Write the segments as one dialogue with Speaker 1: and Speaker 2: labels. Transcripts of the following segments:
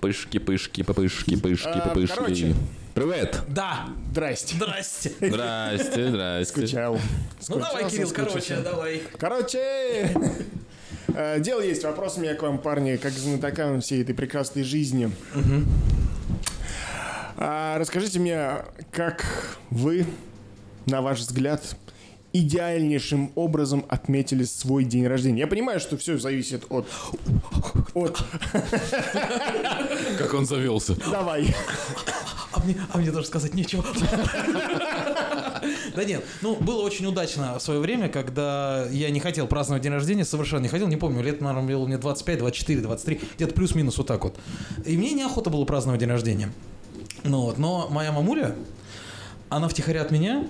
Speaker 1: Пышки, пышки, пышки, пышки,
Speaker 2: А,
Speaker 1: пышки.
Speaker 2: короче.
Speaker 1: Привет!
Speaker 3: Да,
Speaker 2: Здрасте.
Speaker 3: здрасте.
Speaker 1: Здрасте, здрасте.
Speaker 2: Чао.
Speaker 3: Ну давай,
Speaker 2: Скучался,
Speaker 3: Кирилл, короче,
Speaker 2: скучался.
Speaker 3: давай.
Speaker 2: Короче, э, дело есть. Вопрос у меня к вам, парни, как к знатокам всей этой прекрасной жизни. А, Расскажите мне, как вы, на ваш взгляд, идеальнейшим образом отметили свой день рождения. Я понимаю, что все зависит от... От...
Speaker 1: Как он завелся.
Speaker 2: Давай.
Speaker 3: А мне, а мне даже сказать нечего. Да нет, ну было очень удачно в свое время, когда я не хотел праздновать день рождения, совершенно не хотел, не помню, лет, наверное, было мне 25, 24, 23, где-то плюс-минус вот так вот. И мне неохота было праздновать день рождения. Ну вот, но моя мамуля, она втихаря от меня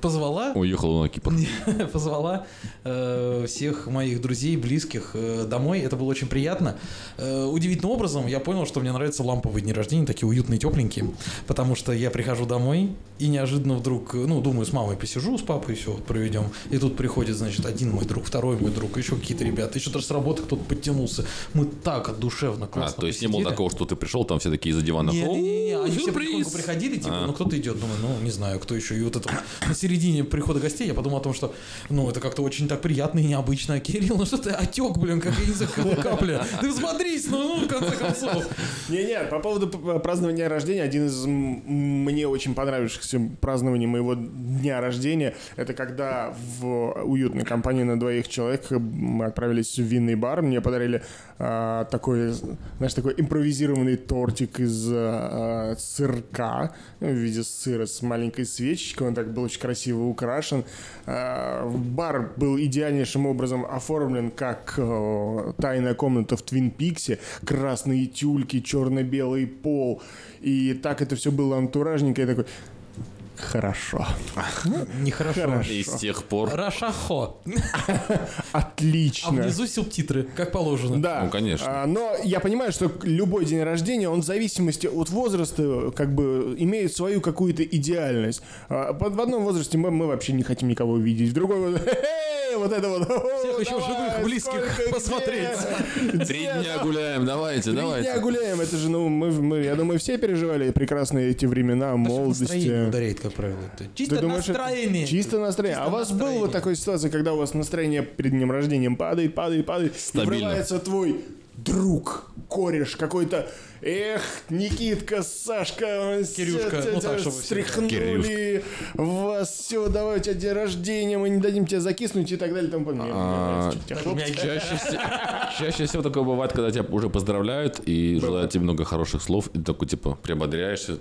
Speaker 3: позвала
Speaker 1: Уехал на Кипр.
Speaker 3: Мне позвала э, всех моих друзей, близких э, домой. Это было очень приятно. Э, удивительным образом я понял, что мне нравятся ламповые дни рождения, такие уютные, тепленькие. Потому что я прихожу домой и неожиданно вдруг, э, ну, думаю, с мамой посижу, с папой все проведем. И тут приходит, значит, один мой друг, второй мой друг, еще какие-то ребята. Еще даже с работы кто-то подтянулся. Мы так душевно,
Speaker 1: А,
Speaker 3: классно
Speaker 1: то есть не было
Speaker 3: посидели.
Speaker 1: такого, что ты пришел, там все такие из-за дивана.
Speaker 3: Не, не, не, не,
Speaker 1: «О,
Speaker 3: они все
Speaker 1: сюрприз!»
Speaker 3: потихоньку приходили, типа,
Speaker 1: А.
Speaker 3: ну кто-то идет, думаю, ну не знаю, кто еще. И вот это вот на середине прихода гостей я подумал о том, что, ну это как-то очень так приятно и необычно. Кирилл, ну что ты отек, блин, как я не знаю, как капля. Ты смотрись, ну, ну в конце концов.
Speaker 2: Не-не, по поводу п- празднования рождения, один из м, мне очень понравившихся празднований моего дня рождения, это когда в уютной компании на двоих человек э, мы отправились в винный бар, мне подарили а, такой, знаешь, такой импровизированный тортик из а, сырка, ну, в виде сыра с маленькой свечечкой, он так был очень красиво украшен. А, бар был идеальнейшим образом оформлен как э, тайная комната в Твин Пиксе, красные тюльки, черно-белый пол, и так это все было антуражненько, я такой... Хорошо.
Speaker 3: Нехорошо.
Speaker 2: Хорошо.
Speaker 1: И с тех пор...
Speaker 3: Рашахо. А
Speaker 2: Отлично.
Speaker 3: внизу субтитры, как положено.
Speaker 2: Да.
Speaker 1: Ну, конечно.
Speaker 2: А, но я понимаю, что к- любой день рождения, он в зависимости от возраста, как бы, имеет свою какую-то идеальность. А, под- в одном возрасте мы, мы вообще не хотим никого видеть, в другой возра- «Хе-хей!» вот это вот. «О,
Speaker 3: Всех еще
Speaker 2: давай,
Speaker 3: живых, близких
Speaker 2: сколько, где?»
Speaker 3: посмотреть.
Speaker 1: Три дня гуляем, давайте,
Speaker 2: Три дня
Speaker 1: давайте.
Speaker 2: гуляем, это же, ну, мы, мы, я думаю, все переживали прекрасные эти времена
Speaker 3: Настроение
Speaker 2: молодости.
Speaker 3: ударяет, как правило. Это
Speaker 2: Ты
Speaker 3: Чисто
Speaker 2: думаешь, это
Speaker 3: настроение.
Speaker 2: Чисто настроение. а
Speaker 3: Чисто
Speaker 2: у вас
Speaker 3: настроение.
Speaker 2: был вот такой ситуация, когда у вас настроение перед днем рождения падает, падает, падает,
Speaker 1: Стабильно.
Speaker 2: и врывается твой друг, кореш, какой-то, эх, Никитка, Сашка,
Speaker 3: Кирюшка,
Speaker 2: тя-
Speaker 3: ну
Speaker 2: тя-
Speaker 3: так,
Speaker 2: тя-
Speaker 3: чтобы все, да.
Speaker 2: встряхнули вас, все, давай, у тебя день рождения, мы не дадим тебя закиснуть и так далее. и тому
Speaker 1: А,
Speaker 2: подобное. Мне нравится, чё, тебя хлопцы.
Speaker 1: Чаще, се- чаще всего такое бывает, когда тебя уже поздравляют и желают тебе много хороших слов, и ты такой, типа, приободряешься.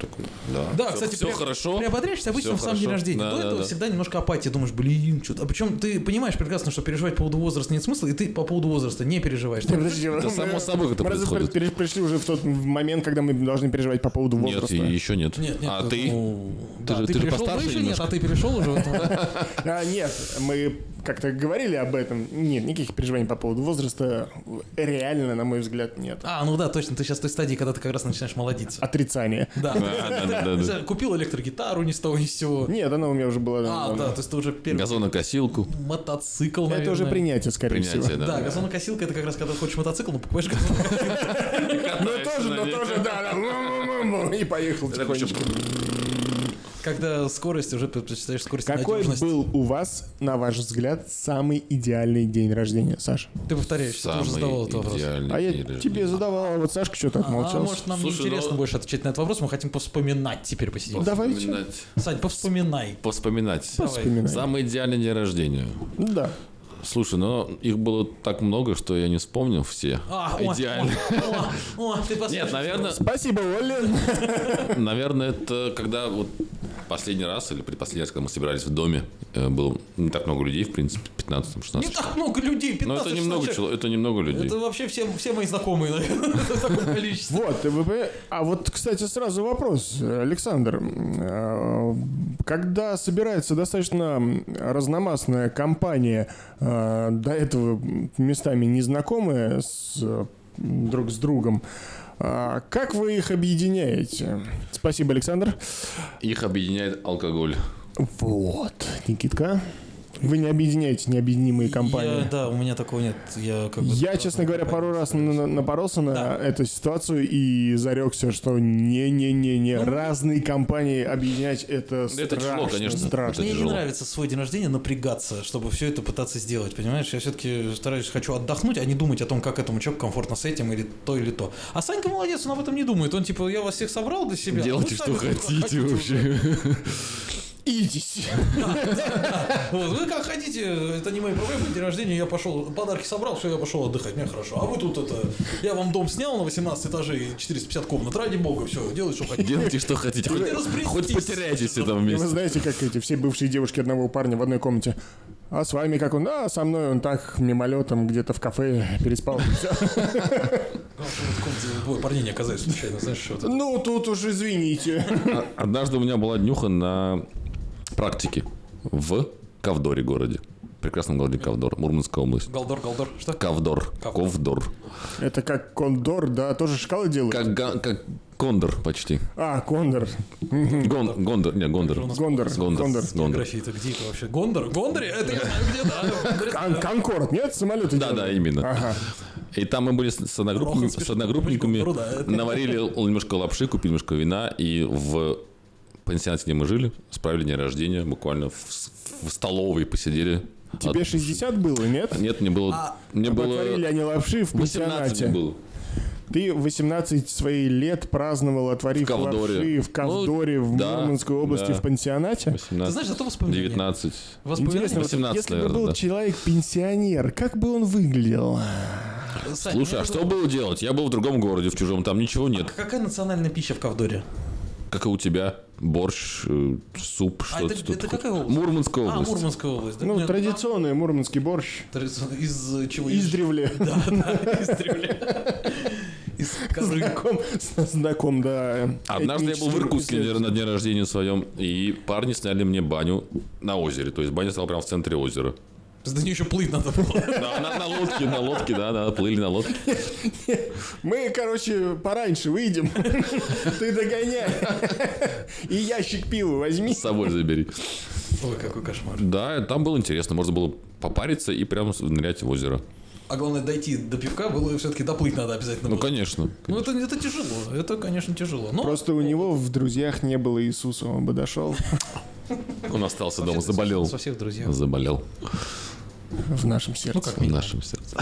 Speaker 1: Такой, да,
Speaker 3: Да,
Speaker 1: всё-
Speaker 3: кстати,
Speaker 1: всё
Speaker 3: при-
Speaker 1: хорошо.
Speaker 3: Приободряешься а
Speaker 1: всё
Speaker 3: обычно в сам день
Speaker 1: хорошо.
Speaker 3: рождения.
Speaker 1: Да,
Speaker 3: До
Speaker 1: да,
Speaker 3: этого
Speaker 1: да.
Speaker 3: всегда немножко апатия, думаешь, блин, что-то. А причем ты понимаешь прекрасно, что переживать по поводу возраста нет смысла, и ты по поводу возраста не переживаешь.
Speaker 2: Не, подожди,
Speaker 1: Это
Speaker 2: мы-
Speaker 1: само собой как это
Speaker 2: мы разве
Speaker 1: происходит.
Speaker 2: переш- пришли уже в тот момент, когда мы должны переживать по поводу
Speaker 1: Нет,
Speaker 2: возраста.
Speaker 1: еще нет.
Speaker 3: Нет, нет.
Speaker 1: а ты?
Speaker 3: ну, да,
Speaker 1: же-
Speaker 3: ты
Speaker 1: ты же
Speaker 3: перешел,
Speaker 1: постарше
Speaker 3: ну, еще нет,
Speaker 1: немножко.
Speaker 3: а ты перешел уже. в этом, да.
Speaker 2: А, нет, мы как-то говорили об этом. Нет, никаких переживаний по поводу возраста реально, на мой взгляд, нет.
Speaker 3: А, ну да, точно, ты сейчас в той стадии, когда ты как раз начинаешь молодиться.
Speaker 2: Отрицание.
Speaker 3: Да.
Speaker 1: А,
Speaker 3: э,
Speaker 1: Да, да, да, да, да.
Speaker 3: Купил электрогитару ни с того ни с сего.
Speaker 2: Нет, она у меня уже была.
Speaker 1: ну,
Speaker 3: А,
Speaker 2: давно.
Speaker 3: да, то есть ты уже первый
Speaker 1: Газонокосилку.
Speaker 3: мотоцикл,
Speaker 2: Это
Speaker 3: наверное.
Speaker 2: уже принятие, скорее
Speaker 1: Принятие,
Speaker 2: всего.
Speaker 1: да.
Speaker 3: Да, газонокосилка это как раз когда ты хочешь мотоцикл, но покупаешь газонокосилку.
Speaker 2: Ну тоже, ну тоже, да. да. Му-му-му-му. И поехал тихонечко.
Speaker 3: Когда скорость уже предпочитаешь скорость
Speaker 2: Какой
Speaker 3: надежность.
Speaker 2: был у вас, на ваш взгляд, самый идеальный день рождения, Саша?
Speaker 3: Ты повторяешься, ты уже задавал этот вопрос.
Speaker 1: идеальный
Speaker 2: А
Speaker 1: день
Speaker 2: я
Speaker 1: рождения.
Speaker 2: тебе задавал, а вот Сашка что-то
Speaker 3: А
Speaker 2: отмолчался.
Speaker 3: может нам
Speaker 1: Слушай,
Speaker 3: неинтересно
Speaker 1: ну-
Speaker 3: больше отвечать на этот вопрос, мы хотим повспоминать теперь посидеть.
Speaker 2: Давайте.
Speaker 1: Вспоминать.
Speaker 3: Сань, повспоминай.
Speaker 1: Поспоминать.
Speaker 3: Давай.
Speaker 2: Вспоминай.
Speaker 1: Самый идеальный день рождения.
Speaker 2: Да.
Speaker 1: Слушай, но их было так много, что я не вспомнил все.
Speaker 3: А, о,
Speaker 1: Идеально.
Speaker 3: О, о, о, ты послушай.
Speaker 1: Нет, наверное,
Speaker 2: Спасибо, Оля.
Speaker 1: наверное, это когда вот последний раз или предпоследний раз, когда мы собирались в доме, э, было не так много людей, в принципе, 15
Speaker 3: Не
Speaker 1: 16
Speaker 3: так много людей, 15
Speaker 1: Но Ну, это
Speaker 3: 16
Speaker 1: немного,
Speaker 3: человек.
Speaker 1: чело- это немного людей.
Speaker 3: Это вообще все, все мои знакомые, наверное, в таком количестве.
Speaker 2: Вот, вы поня- а вот, кстати, сразу вопрос, Александр. Э, Когда собирается достаточно разномастная компания, э, до этого местами незнакомая с, э, друг с другом, э, как вы их объединяете? Спасибо, Александр.
Speaker 1: Их объединяет алкоголь.
Speaker 2: Вот, Никитка. Вы не объединяете необъединимые компании.
Speaker 3: Я- да, у меня такого нет. Я, как бы
Speaker 2: Я,
Speaker 3: разные
Speaker 2: честно говоря,
Speaker 3: компании
Speaker 2: пару раз на-
Speaker 3: представляю.
Speaker 2: напоролся на
Speaker 3: Да.
Speaker 2: эту ситуацию и зарекся, что не-не-не-не, разные компании объединять это страшно.
Speaker 1: Ну, Это тяжело, конечно.
Speaker 2: Страшно.
Speaker 1: Это
Speaker 3: Мне не
Speaker 1: тяжело.
Speaker 3: нравится в свой день рождения напрягаться, чтобы все это пытаться сделать, понимаешь? Я все-таки стараюсь, хочу отдохнуть, а не думать о том, как этому человеку комфортно с этим или то, или то. А Санька молодец, он об этом не думает. Он типа, я вас всех собрал для себя. а
Speaker 1: Делайте,
Speaker 3: вы
Speaker 1: что
Speaker 3: сами
Speaker 1: хотите
Speaker 3: уже».
Speaker 1: вообще.
Speaker 2: Идите.
Speaker 3: Вот, вы как хотите, это не мои проблемы, день рождения, я пошел, подарки собрал, все, я пошел отдыхать, мне хорошо. А вы тут это, я вам дом снял на 18 этажей, 450 комнат, ради бога, все, делайте, что хотите.
Speaker 1: Делайте, что хотите.
Speaker 3: Вы
Speaker 1: Хоть-
Speaker 3: разберитесь.
Speaker 1: Хоть потеряйтесь там
Speaker 2: И Вы
Speaker 1: вместе.
Speaker 2: знаете, как эти все бывшие девушки одного парня в одной комнате. А с вами как он? А, со мной он так мимолетом где-то в кафе переспал. Всё.
Speaker 3: Ну, вот в комнате двое парней не оказались случайно, знаешь, что это.
Speaker 2: Ну, тут уж извините.
Speaker 1: А, Однажды у меня была днюха на практике в Ковдоре городе. Прекрасном городе Ковдор, Мурманская область.
Speaker 3: Галдор, Галдор, что?
Speaker 1: Ковдор.
Speaker 3: Ковдор.
Speaker 1: Ковдор.
Speaker 2: Это как кондор, да, тоже шкалы делают?
Speaker 1: Как, га- как Кондор почти.
Speaker 2: А, кондор.
Speaker 1: Гон, гондор. Не, Гондор. Гондор.
Speaker 2: Гондор. Гондор.
Speaker 1: Гондор.
Speaker 3: Графия, это где это вообще? Гондор? Гондоре? Это я знаю, где, да.
Speaker 2: Кон- Конкорд, нет? Самолеты
Speaker 1: Да, да,
Speaker 2: делают?
Speaker 1: именно.
Speaker 2: Ага.
Speaker 1: И там мы были с, с одногрупп-
Speaker 3: Рохов
Speaker 1: с
Speaker 3: спешит
Speaker 1: одногруппниками,
Speaker 3: помочь Гондору, Ну да.
Speaker 1: наварили л- немножко лапши, купили немножко вина, и в пансионате, где мы жили, справили день рождения, буквально в, с- в столовой посидели.
Speaker 2: Тебе
Speaker 1: От-
Speaker 2: 60 было, нет?
Speaker 1: Нет, мне было...
Speaker 3: А,
Speaker 1: мне
Speaker 2: Отварили
Speaker 1: было...
Speaker 2: они лапши в
Speaker 1: 18 мне
Speaker 2: пансионате.
Speaker 1: было.
Speaker 2: Ты 18 свои лет праздновал, отворив
Speaker 1: В Ковдоре.
Speaker 2: лапши в Ковдоре,
Speaker 1: Ну,
Speaker 2: в
Speaker 1: да,
Speaker 2: Мурманской области,
Speaker 1: да.
Speaker 2: в пансионате.
Speaker 1: 18.
Speaker 3: Ты знаешь, зато воспоминания.
Speaker 1: 19.
Speaker 2: Интересно,
Speaker 3: Воспоминания.
Speaker 2: вот
Speaker 1: 18,
Speaker 2: если бы
Speaker 1: наверное,
Speaker 2: был
Speaker 1: да.
Speaker 2: человек-пенсионер, как бы он выглядел?
Speaker 3: Сань,
Speaker 1: Слушай, а
Speaker 3: ну,
Speaker 1: что было делать? Я был в другом городе, в чужом, там ничего нет.
Speaker 3: Какая национальная пища в Ковдоре?
Speaker 1: Как и у тебя. Борщ, э, суп, что-то
Speaker 3: А это-
Speaker 1: тут
Speaker 3: это
Speaker 1: хоть.
Speaker 3: какая область?
Speaker 1: Мурманская
Speaker 3: А,
Speaker 1: область.
Speaker 3: Мурманская область. да?
Speaker 2: Ну,
Speaker 3: Нет,
Speaker 2: традиционный мурманский борщ.
Speaker 3: там традиционно. Из э, чего? Из
Speaker 2: Издревле.
Speaker 3: Да, да, из древля. Из коры.
Speaker 2: Знаком, знаком, да.
Speaker 1: Однажды я был в
Speaker 2: этническим
Speaker 1: Иркутске наверное, на дне рождения своем, и парни сняли мне баню на озере. То есть баня стала прямо в центре озера.
Speaker 3: Да не еще плыть надо было.
Speaker 1: Да, на, на лодке, на лодке, да, да, плыли на лодке.
Speaker 2: Мы, короче, пораньше выйдем. Ты догоняй. И ящик пива возьми.
Speaker 1: С собой забери.
Speaker 3: Ой, какой кошмар.
Speaker 1: Да, там было интересно. Можно было попариться и прямо нырять в озеро.
Speaker 3: А главное, дойти до пивка было все-таки доплыть надо обязательно.
Speaker 1: Ну,
Speaker 3: было.
Speaker 1: конечно.
Speaker 3: Ну, это, это тяжело. Это, конечно, тяжело. Но
Speaker 2: Просто у него в друзьях не было Иисуса, он бы дошел
Speaker 1: Он остался дома, заболел.
Speaker 3: Со всех друзей.
Speaker 1: Заболел
Speaker 2: в нашем
Speaker 3: Ну,
Speaker 2: сердце.
Speaker 3: как
Speaker 1: в
Speaker 3: минимум.
Speaker 1: нашем сердце.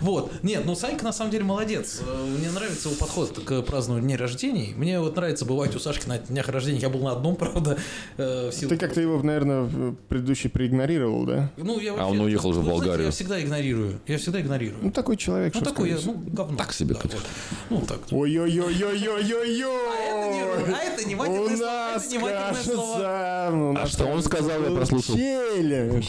Speaker 3: Вот. Нет, ну Санька на самом деле молодец. Э, Мне нравится его подход к празднованию дней рождений. Мне вот нравится бывать у Сашки на днях рождения. Я был на одном, правда, э, в силу-
Speaker 2: Ты как-то его, наверное, э, предыдущий проигнорировал, да?
Speaker 3: Ну, я
Speaker 1: А он уехал уже в
Speaker 3: Вы знаете,
Speaker 1: Болгарию.
Speaker 3: Я всегда игнорирую. Я всегда
Speaker 2: Ну,
Speaker 3: игнорирую.
Speaker 2: такой человек,
Speaker 3: Ну,
Speaker 2: что
Speaker 3: такой я,
Speaker 2: сказать.
Speaker 3: ну, говно.
Speaker 1: Так себе
Speaker 3: Да,
Speaker 1: тут.
Speaker 3: вот. Ну, так. А это не,
Speaker 2: Ой-ой-ой-ой-ой-ой-ой!
Speaker 3: а это не
Speaker 2: У
Speaker 3: матерные слова, это
Speaker 2: нас,
Speaker 3: не матерные слова.
Speaker 2: кажется, у нас,
Speaker 1: А что он
Speaker 2: кажется,
Speaker 1: сказал, я
Speaker 2: был
Speaker 1: прослушал.
Speaker 2: Челлендж.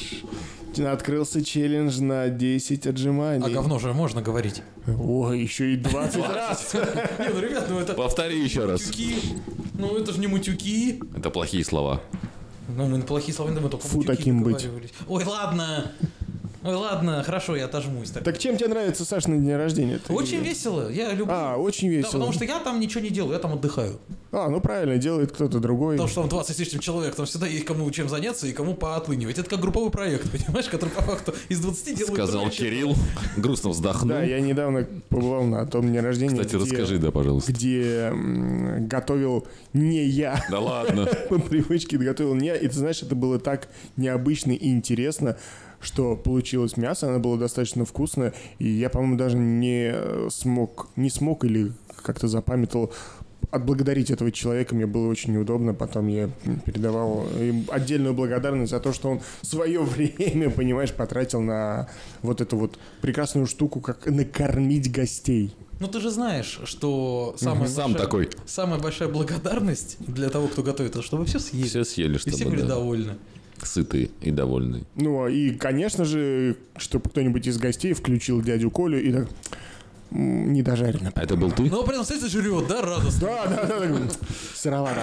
Speaker 2: Открылся челлендж на 10 отжиманий.
Speaker 3: А говно же можно говорить.
Speaker 2: Ой, еще и 20 раз.
Speaker 3: Не, ну, ребят, ну это
Speaker 1: Повтори еще раз.
Speaker 3: мутюки. Ну, это же не мутюки.
Speaker 1: Это плохие слова.
Speaker 3: Ну, мы на плохие слова не думаем, только
Speaker 2: Фу,
Speaker 3: мутюки
Speaker 2: таким быть.
Speaker 3: договаривались. Ой, ладно. Ой, ладно, хорошо, я отожмусь. Так.
Speaker 2: Так чем тебе нравится, Саш, на день рождения? Ты-
Speaker 3: Очень весело, я люблю.
Speaker 2: А, очень
Speaker 3: Да, потому
Speaker 2: весело.
Speaker 3: что я там ничего не делаю, я там отдыхаю.
Speaker 2: А, ну правильно, делает кто-то другой.
Speaker 3: Потому что там 20 с лишним человек, там всегда есть кому чем заняться и кому поотлынивать. Это как групповой проект, понимаешь, который по факту из 20 делают...
Speaker 1: Сказал
Speaker 3: трое человек.
Speaker 1: Кирилл, грустно вздохнул.
Speaker 2: Да, я недавно побывал на том дне рождения,
Speaker 1: Ну? Кстати,
Speaker 2: где-
Speaker 1: расскажи, да, пожалуйста.
Speaker 2: где м, готовил не я.
Speaker 1: Да ладно.
Speaker 2: по привычке готовил не я. И ты знаешь, это было так необычно и интересно, что получилось мясо, оно было достаточно вкусное, и я, по-моему, даже не э, смог, не смог или как-то запамятовал отблагодарить этого человека мне было очень неудобно. Потом я передавал им отдельную благодарность за то, что он свое время, понимаешь, потратил на вот эту вот прекрасную штуку, как накормить гостей.
Speaker 3: Ну ты же знаешь, что самая
Speaker 1: Сам
Speaker 3: большая-
Speaker 1: такой.
Speaker 3: самая большая благодарность для того, кто готовит, это чтобы все съели.
Speaker 1: Все съели,
Speaker 3: и все
Speaker 1: чтобы
Speaker 3: были
Speaker 1: да.
Speaker 3: довольны.
Speaker 1: Сытые и довольные.
Speaker 2: Ну, и, конечно же, чтобы кто-нибудь из гостей включил дядю Колю и так... «М, Не дожарено.
Speaker 1: А это был ты?
Speaker 3: Но прям, кстати, жрет, да, радостно.
Speaker 2: Да, да, да, да. Сыровато.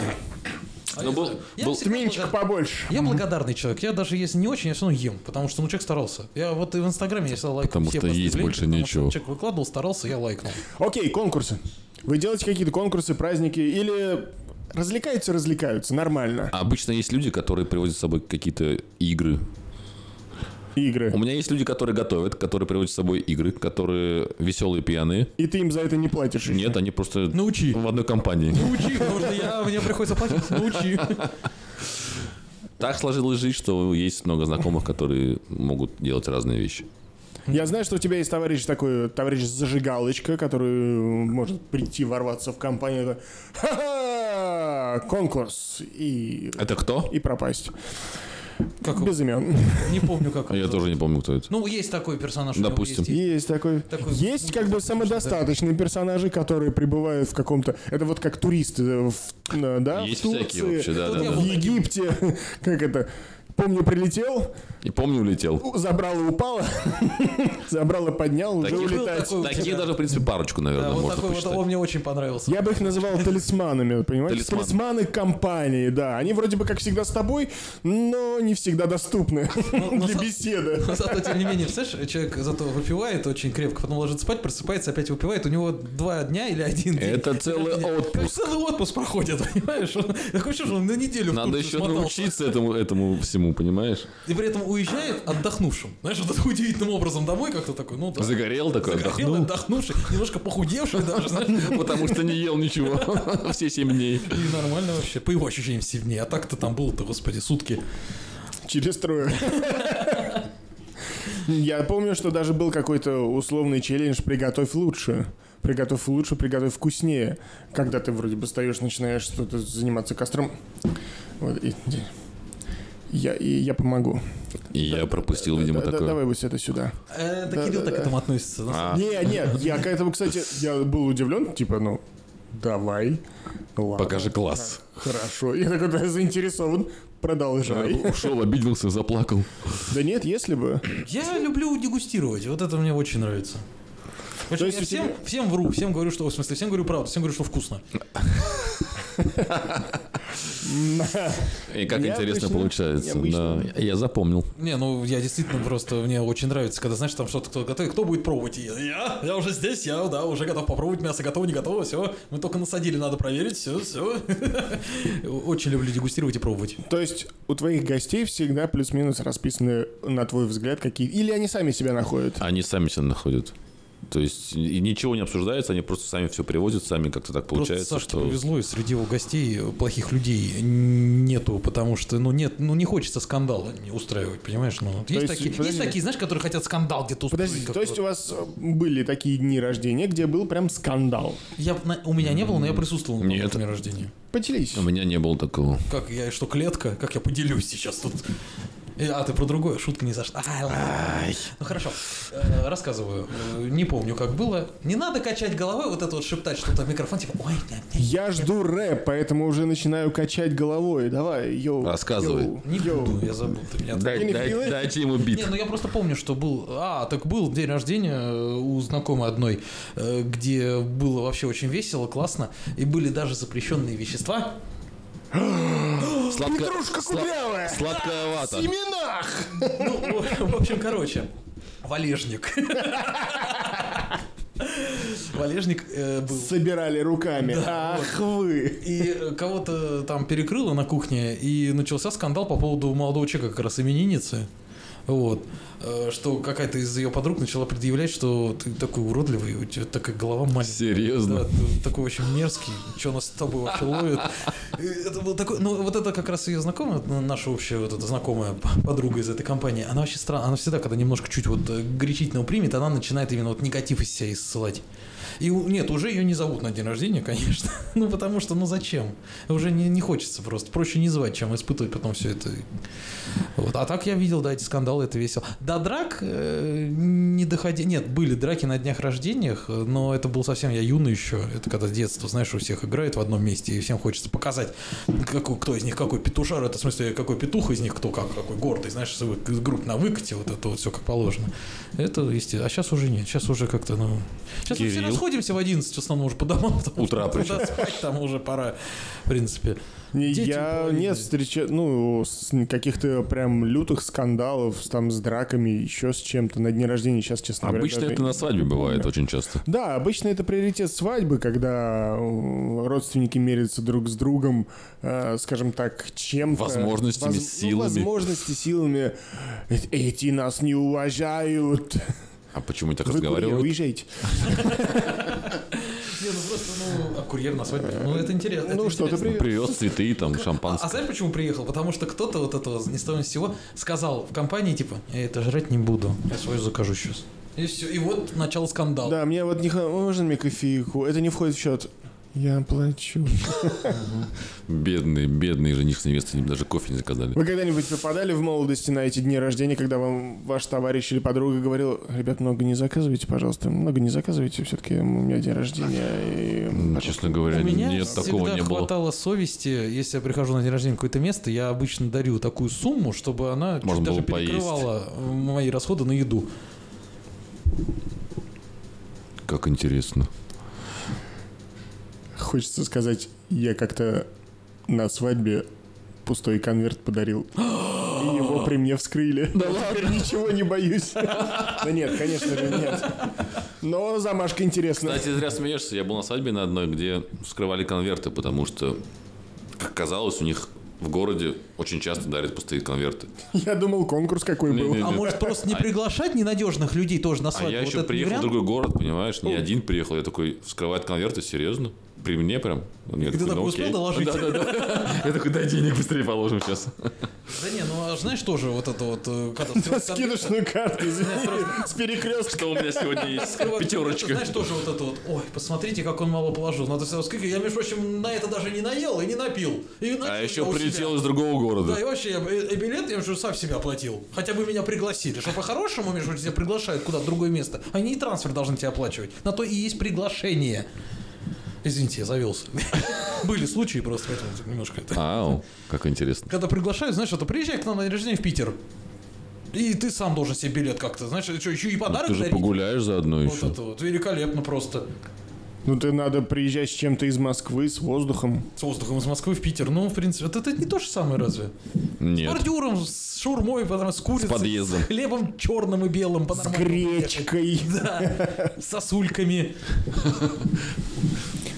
Speaker 3: А
Speaker 1: Ну,
Speaker 3: я
Speaker 1: был-
Speaker 3: знаю. Я
Speaker 1: был-
Speaker 3: всегда
Speaker 2: Тминчик
Speaker 3: благодар-
Speaker 2: побольше.
Speaker 3: Я благодарный человек. Я даже если не очень, я все равно ем, потому что ну, человек старался. Я вот и в Инстаграме я всегда лайкал
Speaker 1: Потому
Speaker 3: все
Speaker 1: что есть
Speaker 3: поступления,
Speaker 1: больше
Speaker 3: потому что
Speaker 1: нечего.
Speaker 3: Человек выкладывал, старался, я лайкнул.
Speaker 2: Окей, конкурсы. Вы делаете какие-то конкурсы, праздники или Развлекаются, развлекаются, нормально.
Speaker 1: А обычно есть люди, которые привозят с собой какие-то игры.
Speaker 2: Игры.
Speaker 1: У меня есть люди, которые готовят, которые привозят с собой игры, которые веселые, пьяные.
Speaker 2: И ты им за это не платишь. еще.
Speaker 1: Нет, они просто
Speaker 3: Научи.
Speaker 1: в одной компании.
Speaker 3: Научи, потому что я, мне приходится платить. Научи.
Speaker 1: Так сложилась жизнь, что есть много знакомых, которые могут делать разные вещи.
Speaker 2: Я знаю, что у тебя есть товарищ такой, товарищ зажигалочка, который может прийти, ворваться в компанию. это, Ха-ха! Конкурс и,
Speaker 1: Это кто?
Speaker 2: и пропасть.
Speaker 3: Как его?
Speaker 2: Без имен.
Speaker 3: Не помню, как
Speaker 1: Я
Speaker 3: его.
Speaker 1: тоже не помню, кто это.
Speaker 3: Ну, есть такой персонаж. у него
Speaker 1: Допустим.
Speaker 3: есть.
Speaker 2: Есть такой.
Speaker 3: Такой-
Speaker 2: Есть как бы самодостаточные персонажи, которые прибывают в каком-то. Это вот как туристы, э, в, э, да?
Speaker 1: Есть
Speaker 2: в Турции,
Speaker 1: всякие вообще, да,
Speaker 3: Тут
Speaker 1: да,
Speaker 3: я
Speaker 1: да.
Speaker 2: в Египте. Как это? Помню, прилетел,
Speaker 1: И помню, улетел.
Speaker 2: у- забрала, упала, забрала, поднял, уже
Speaker 1: Таких-
Speaker 2: улетает.
Speaker 3: такой у
Speaker 1: Такие
Speaker 3: тебя.
Speaker 1: даже, в принципе, парочку,
Speaker 3: Да,
Speaker 1: наверное,
Speaker 3: вот
Speaker 1: можно
Speaker 3: такой вот,
Speaker 1: посчитать.
Speaker 3: он мне очень понравился.
Speaker 2: Я бы их называл талисманами, понимаешь?
Speaker 1: Талисманы.
Speaker 2: Талисманы компании, да. Они вроде бы как всегда с тобой, но не всегда доступны
Speaker 3: но
Speaker 2: для
Speaker 3: за-
Speaker 2: беседы.
Speaker 3: Но зато, тем не менее, представляешь, человек зато выпивает очень крепко, потом ложится спать, просыпается, опять выпивает. У него два дня или один день.
Speaker 1: Это целый
Speaker 3: Как
Speaker 1: отпуск.
Speaker 3: целый отпуск проходит, понимаешь? Он- Такое ощущение, что он на неделю в
Speaker 1: Надо
Speaker 3: Турцию
Speaker 1: еще
Speaker 3: смотался.
Speaker 1: научиться этому, этому всему, понимаешь?
Speaker 3: И при этом уезжает отдохнувшим. Знаешь, вот это удивительным образом домой как-то такой, ну да.
Speaker 1: Загорел такой,
Speaker 3: Загорелый,
Speaker 1: отдохнул.
Speaker 3: отдохнувший, немножко похудевший даже, знаешь,
Speaker 1: Потому что не ел ничего все семь дней.
Speaker 3: и нормально вообще. По его ощущениям, 7 дней. А так-то там было-то, господи, сутки.
Speaker 2: Через трое. Я помню, что даже был какой-то условный челлендж «Приготовь лучше». Приготовь лучше, приготовь вкуснее. Когда ты вроде бы встаешь, начинаешь что-то заниматься костром. Вот, и- я, и я помогу.
Speaker 1: И я пропустил, видимо,
Speaker 2: Да- да-
Speaker 1: такое.
Speaker 2: давай вот это сюда.
Speaker 3: Э, Это
Speaker 2: Да,
Speaker 3: Кирилл
Speaker 2: да,
Speaker 3: так к
Speaker 2: да.
Speaker 3: этому относится. на
Speaker 1: А,
Speaker 2: Не, нет, я к этому, кстати, я был удивлен, типа, ну, давай, ладно,
Speaker 1: покажи класс.
Speaker 2: хорошо. Я такой, да, заинтересован, продолжай.
Speaker 1: Э, Ушел, обиделся, заплакал.
Speaker 2: Да нет, если бы.
Speaker 3: Я люблю дегустировать, вот это мне очень нравится. Причем
Speaker 2: То есть
Speaker 3: я
Speaker 2: у
Speaker 3: всем,
Speaker 2: тебя-
Speaker 3: всем вру, всем говорю, что в смысле, всем говорю правду, всем говорю, что вкусно.
Speaker 1: И как
Speaker 2: Необычно,
Speaker 1: интересно получается.
Speaker 2: необычно.
Speaker 1: Да, я запомнил.
Speaker 3: Не, ну я действительно просто мне очень нравится, когда знаешь, там что-то кто готовит, кто будет пробовать. И Я, я, я уже здесь, я да, уже готов попробовать, мясо готово, не готово, все. Мы только насадили, надо проверить, все, все. Очень люблю дегустировать и пробовать.
Speaker 2: То есть у твоих гостей всегда плюс-минус расписаны, на твой взгляд, какие... Или они сами себя находят?
Speaker 1: Они сами себя находят. То есть и ничего не обсуждается, они просто сами все привозят, сами как-то так получается,
Speaker 3: Просто Сашке
Speaker 1: что
Speaker 3: повезло, и среди его гостей э, плохих людей нету, потому что, ну, нет, ну, не хочется скандала не устраивать, понимаешь? Ну, вот есть,
Speaker 2: есть,
Speaker 3: такие, есть
Speaker 2: подожди.
Speaker 3: такие, знаешь, которые хотят скандал где-то устроить.
Speaker 2: Подождите,
Speaker 3: как-то
Speaker 2: то есть
Speaker 3: вот.
Speaker 2: у вас э, были такие дни рождения, где был прям скандал?
Speaker 3: Я, б на- у меня не было, но я присутствовал на
Speaker 1: Нет.
Speaker 3: дне рождения.
Speaker 2: Поделись.
Speaker 1: у меня не было такого.
Speaker 3: Как я, что, клетка? Как я поделюсь сейчас тут? Э, А, ты про другое, шутка не зашла. Ай, ладно. Ну хорошо, Э, рассказываю. Э, Не помню, как было. Не надо качать головой, вот это вот шептать что-то в микрофон, типа, ой, не,
Speaker 2: Я жду рэп, поэтому уже начинаю качать головой. Давай, йоу.
Speaker 1: Рассказывай.
Speaker 2: йоу,
Speaker 3: не, не
Speaker 2: йоу.
Speaker 3: буду, я забыл, ты меня
Speaker 1: Дай-
Speaker 2: Денег
Speaker 1: дай-
Speaker 2: не дает?
Speaker 1: дайте ему бит.
Speaker 3: Не, ну я просто помню, что был... А, так был день рождения э, у знакомой одной, э, где было вообще очень весело, классно, и были даже запрещенные вещества.
Speaker 1: Сладко-
Speaker 2: ну, Петрушка
Speaker 1: сла-
Speaker 2: кудрявая!
Speaker 1: Сладковато.
Speaker 2: В семенах!
Speaker 3: Ну, в общем, короче, валежник. Валежник э, был.
Speaker 2: Собирали руками.
Speaker 3: Да,
Speaker 2: Ах вы!
Speaker 3: И э, кого-то там перекрыло на кухне, и начался скандал по поводу молодого человека, как раз именинницы. Вот. Э, Что какая-то из ее подруг начала предъявлять, что ты такой уродливый, у тебя такая голова маленькая. Да,
Speaker 1: Серьезно.
Speaker 3: ты э, такой очень мерзкий, что нас с тобой вообще ловит. И Это был такой, ну вот это как раз ее знакомая, ну, наша общая вот эта знакомая п- подруга из этой компании, она вообще странная, она всегда, когда немножко чуть вот э, горячительного примет, она начинает именно вот негатив из себя ссылать. И у- нет, уже ее не зовут на день рождения, конечно, ну потому что, ну зачем? Уже не, не хочется просто, проще не звать, чем испытывать потом все это. Вот. А так я видел, да, эти скандалы, это весело. До драк э, не доходи... Нет, были драки на днях рождениях, э, но это был совсем я юный еще. Это когда с детства, знаешь, у всех играют в одном месте, и всем хочется показать, какой, кто из них какой петушар, это в смысле, какой петух из них кто как, какой гордый, знаешь, с- с групп на выкате, вот это вот все как положено. Это, естественно. А сейчас уже нет, сейчас уже как-то, ну... Сейчас все
Speaker 1: Кирилл.
Speaker 3: расходимся в 11 в основном уже по домам. потому
Speaker 1: Утра
Speaker 3: что
Speaker 1: причем.
Speaker 3: туда спать там уже пора, в принципе.
Speaker 2: Не,
Speaker 3: Дети
Speaker 2: я
Speaker 3: половины.
Speaker 2: не встречал, ну, с каких-то прям лютых скандалов, с, там, с драками, еще с чем-то на дне рождения. Сейчас, честно говоря,
Speaker 1: Обычно
Speaker 2: даже-
Speaker 1: это на свадьбе бывает очень часто.
Speaker 2: Да, обычно это приоритет свадьбы, когда э, родственники мерятся друг с другом, э, скажем так, чем-то.
Speaker 1: Возможностями,
Speaker 2: ну,
Speaker 1: силами.
Speaker 2: возможности, силами. Э- Эти нас не уважают.
Speaker 1: А почему так
Speaker 2: Вы курьер,
Speaker 1: разговаривают?
Speaker 2: уезжайте.
Speaker 3: Не, ну просто, ну, а курьер на свадьбе. Ну, это интересно.
Speaker 2: Ну
Speaker 3: это
Speaker 2: что, ты
Speaker 3: интересно.
Speaker 1: Ну,
Speaker 2: привет.
Speaker 1: Привез цветы, там,
Speaker 3: А, а
Speaker 1: шампанское.
Speaker 3: знаешь, почему приехал? Потому что кто-то вот этого ни с того ни с сего сказал в компании, типа, я это жрать не буду, я свою закажу сейчас. И все, и вот начало скандала.
Speaker 2: Да, мне вот не хо- можно мне кофейку. Это не входит в счет. Я плачу.
Speaker 1: Бедные, бедные жених с невестой, им даже кофе не заказали.
Speaker 2: Вы когда-нибудь попадали в молодости на эти дни рождения, когда вам ваш товарищ или подруга говорил, ребят, много не заказывайте, пожалуйста, много не заказывайте, все-таки у меня день рождения. и,
Speaker 1: М,
Speaker 2: пожалуйста».
Speaker 1: Ну, Честно говоря,
Speaker 3: У меня
Speaker 1: нет,
Speaker 3: всегда
Speaker 1: такого не было.
Speaker 3: хватало совести, если я прихожу на день рождения в какое-то место, я обычно дарю такую сумму, чтобы она чуть
Speaker 1: Можно
Speaker 3: даже
Speaker 1: было поесть.
Speaker 3: перекрывала э, мои расходы на еду.
Speaker 1: Как интересно.
Speaker 2: Хочется сказать, я как-то на свадьбе пустой конверт подарил. И его при мне вскрыли. Да ладно? Ничего не боюсь. Да нет, конечно же, нет. Но замашка интересная.
Speaker 1: Кстати, зря смеешься. Я был на свадьбе на одной, где вскрывали конверты, потому что, как казалось, у них в городе очень часто дарят пустые конверты.
Speaker 2: Я думал, конкурс какой был.
Speaker 1: Не-не-не.
Speaker 3: А может просто не приглашать ненадежных людей тоже на
Speaker 1: А
Speaker 3: свадьбу?
Speaker 1: я
Speaker 3: Вот
Speaker 1: еще
Speaker 3: это
Speaker 1: приехал в
Speaker 3: вариант?
Speaker 1: другой город, понимаешь? Не один приехал, я такой, вскрывает конверты, серьезно? При мне прям? Я
Speaker 3: И
Speaker 1: такой,
Speaker 3: ты такой
Speaker 1: «Ну,
Speaker 3: успел
Speaker 1: окей».
Speaker 3: доложить?
Speaker 1: Я такой, дай денег быстрее положим сейчас.
Speaker 3: Да не, ну а знаешь тоже вот это вот, э, когда вскрывают конверт,
Speaker 2: Скидочную карту, извини, с перекрестка.
Speaker 1: Что у меня сегодня есть?
Speaker 3: вскрывают конверт,
Speaker 1: Пятерочка.
Speaker 3: Знаешь тоже вот это вот, ой, посмотрите, как он мало положил. Надо все сколько. Я, между прочим, на это даже не наел и не напил. И начал
Speaker 1: А
Speaker 3: я
Speaker 1: еще
Speaker 3: у себя.
Speaker 1: прилетел из другого
Speaker 3: Да, и
Speaker 1: города.
Speaker 3: вообще, я, э, э, билет я уже сам себя оплатил. Хотя бы меня пригласили. Что по-хорошему, между прочим, тебя приглашают куда-то в другое место. Они и трансфер должны тебя оплачивать. На то и есть приглашение. Извините, я завелся. Были случаи просто, поэтому немножко это.
Speaker 1: Ау, как интересно.
Speaker 3: Когда приглашают, знаешь, это приезжай к нам на день рождения в Питер. И ты сам должен себе билет как-то, знаешь, что, еще и подарок
Speaker 1: Ну, Ты же
Speaker 3: дарить.
Speaker 1: погуляешь заодно
Speaker 3: Вот
Speaker 1: еще.
Speaker 3: это вот, великолепно просто.
Speaker 2: Ну ты надо приезжать с чем-то из Москвы, с воздухом.
Speaker 3: С воздухом из Москвы в Питер. Ну, в принципе, это, это не то же самое разве? С
Speaker 1: Нет.
Speaker 3: бордюром, с шурмой, потом с курицей.
Speaker 1: подъездом.
Speaker 3: С хлебом черным и белым.
Speaker 2: С
Speaker 3: по-нормальному поехать.
Speaker 2: гречкой.
Speaker 3: Да, с сосульками.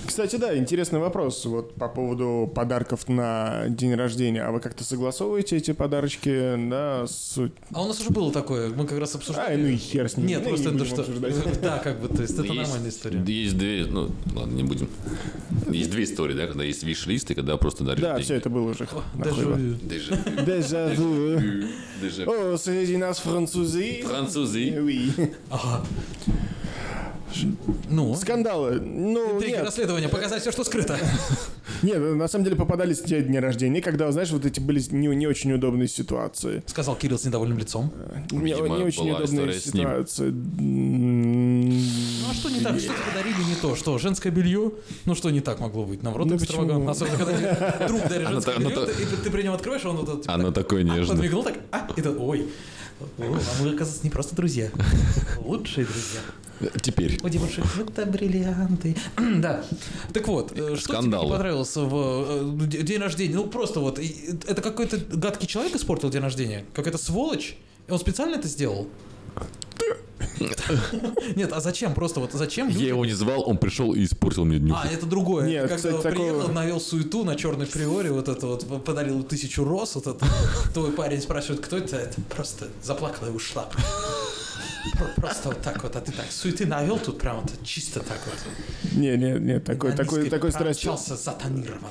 Speaker 2: Кстати, да, интересный вопрос вот по поводу подарков на день рождения. А вы как-то согласовываете эти подарочки, да, с...
Speaker 3: А у нас уже было такое, мы как раз обсуждали.
Speaker 2: А, ну и хер с ним.
Speaker 3: Нет,
Speaker 2: Ну,
Speaker 3: просто
Speaker 2: не
Speaker 3: это
Speaker 2: будем
Speaker 3: что...
Speaker 2: обсуждать.
Speaker 3: Да, как бы, то есть это
Speaker 1: Есть-
Speaker 3: нормальная история.
Speaker 1: Есть две, ну, ладно, не будем. Есть две истории, да, когда есть виш-лист и когда просто даришь
Speaker 2: Да,
Speaker 1: деньги.
Speaker 2: все это было уже.
Speaker 3: О,
Speaker 2: Нахуй его.
Speaker 3: Даже...
Speaker 1: Дежавю,
Speaker 2: Дежавю.
Speaker 1: дежавю.
Speaker 2: О, среди нас французы.
Speaker 1: Французы.
Speaker 2: Oui.
Speaker 3: Ага. Ну,
Speaker 2: Скандалы. Ну,
Speaker 3: интриги
Speaker 2: нет.
Speaker 3: расследования, показать все, что скрыто.
Speaker 2: Нет, на самом деле попадались те дни рождения, когда, знаешь, вот эти были не, не очень удобные ситуации.
Speaker 3: Сказал Кирилл с недовольным лицом.
Speaker 2: Не,
Speaker 1: Видимо,
Speaker 2: не очень
Speaker 1: была
Speaker 2: удобные
Speaker 1: история с ним.
Speaker 2: ситуации. М,
Speaker 3: Ну а что не так? Что-то подарили не то. Что, женское белье? Ну что не так могло быть? Наоборот,
Speaker 2: Ну,
Speaker 3: экстравагантно.
Speaker 2: почему?
Speaker 3: Особенно, когда тебе друг дарит
Speaker 1: Она
Speaker 3: женское
Speaker 1: та- она
Speaker 3: белье,
Speaker 1: та-
Speaker 3: ты- и ты при нем открываешь, а он вот этот... типа,
Speaker 1: Оно такое нежное.
Speaker 3: Подмигнул так, а, и так, ой. О, А мы, оказывается, не просто друзья. Лучшие друзья.
Speaker 1: Теперь.
Speaker 3: У девушек это бриллианты. да. Так вот, э, что тебе
Speaker 1: Скандалы.
Speaker 3: не понравилось в э, д- день рождения? Ну, просто вот, и- и это какой-то гадкий человек испортил день рождения? Какая-то сволочь? И Он специально это сделал? Нет, а зачем? Просто вот зачем люди-
Speaker 1: Я его не звал, он пришел и испортил мне днюху.
Speaker 3: а, это другое.
Speaker 2: Нет,
Speaker 3: Когда
Speaker 2: кстати, такого-
Speaker 3: приехал, навел суету на черной приоре, вот это вот, подарил тысячу роз, вот это. Твой парень спрашивает, кто это? Это просто заплакала и ушла. Про- Просто вот так вот, а ты так суеты навел тут прям вот чисто так вот.
Speaker 2: Не, не, не, такой,
Speaker 3: На
Speaker 2: такой,
Speaker 3: низкой
Speaker 2: такой страсти.
Speaker 3: промчался затонированный.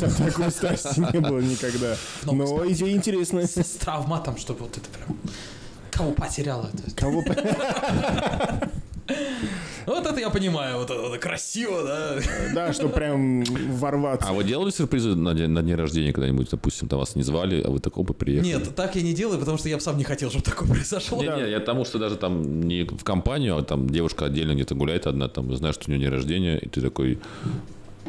Speaker 2: та- Такой страсти не было никогда.
Speaker 3: Но,
Speaker 2: Но идея интересная.
Speaker 3: С, с травматом, чтобы вот это прям... Кого потеряла? то есть.
Speaker 2: Кого по-
Speaker 3: Вот это я понимаю, вот это, вот красиво, да?
Speaker 2: Да, что прям
Speaker 1: А
Speaker 2: ворваться.
Speaker 1: вы делали сюрпризы на день, на день рождения когда-нибудь, допустим, там вас не звали, а вы так оба приехали?
Speaker 3: Нет, так я не делаю, потому что я бы сам не хотел, чтобы такое произошло.
Speaker 1: Не,
Speaker 2: да.
Speaker 1: не, я тому, что даже там не в компанию, а там девушка отдельно где-то гуляет одна, там, знаешь, что у нее день рождения, и ты такой,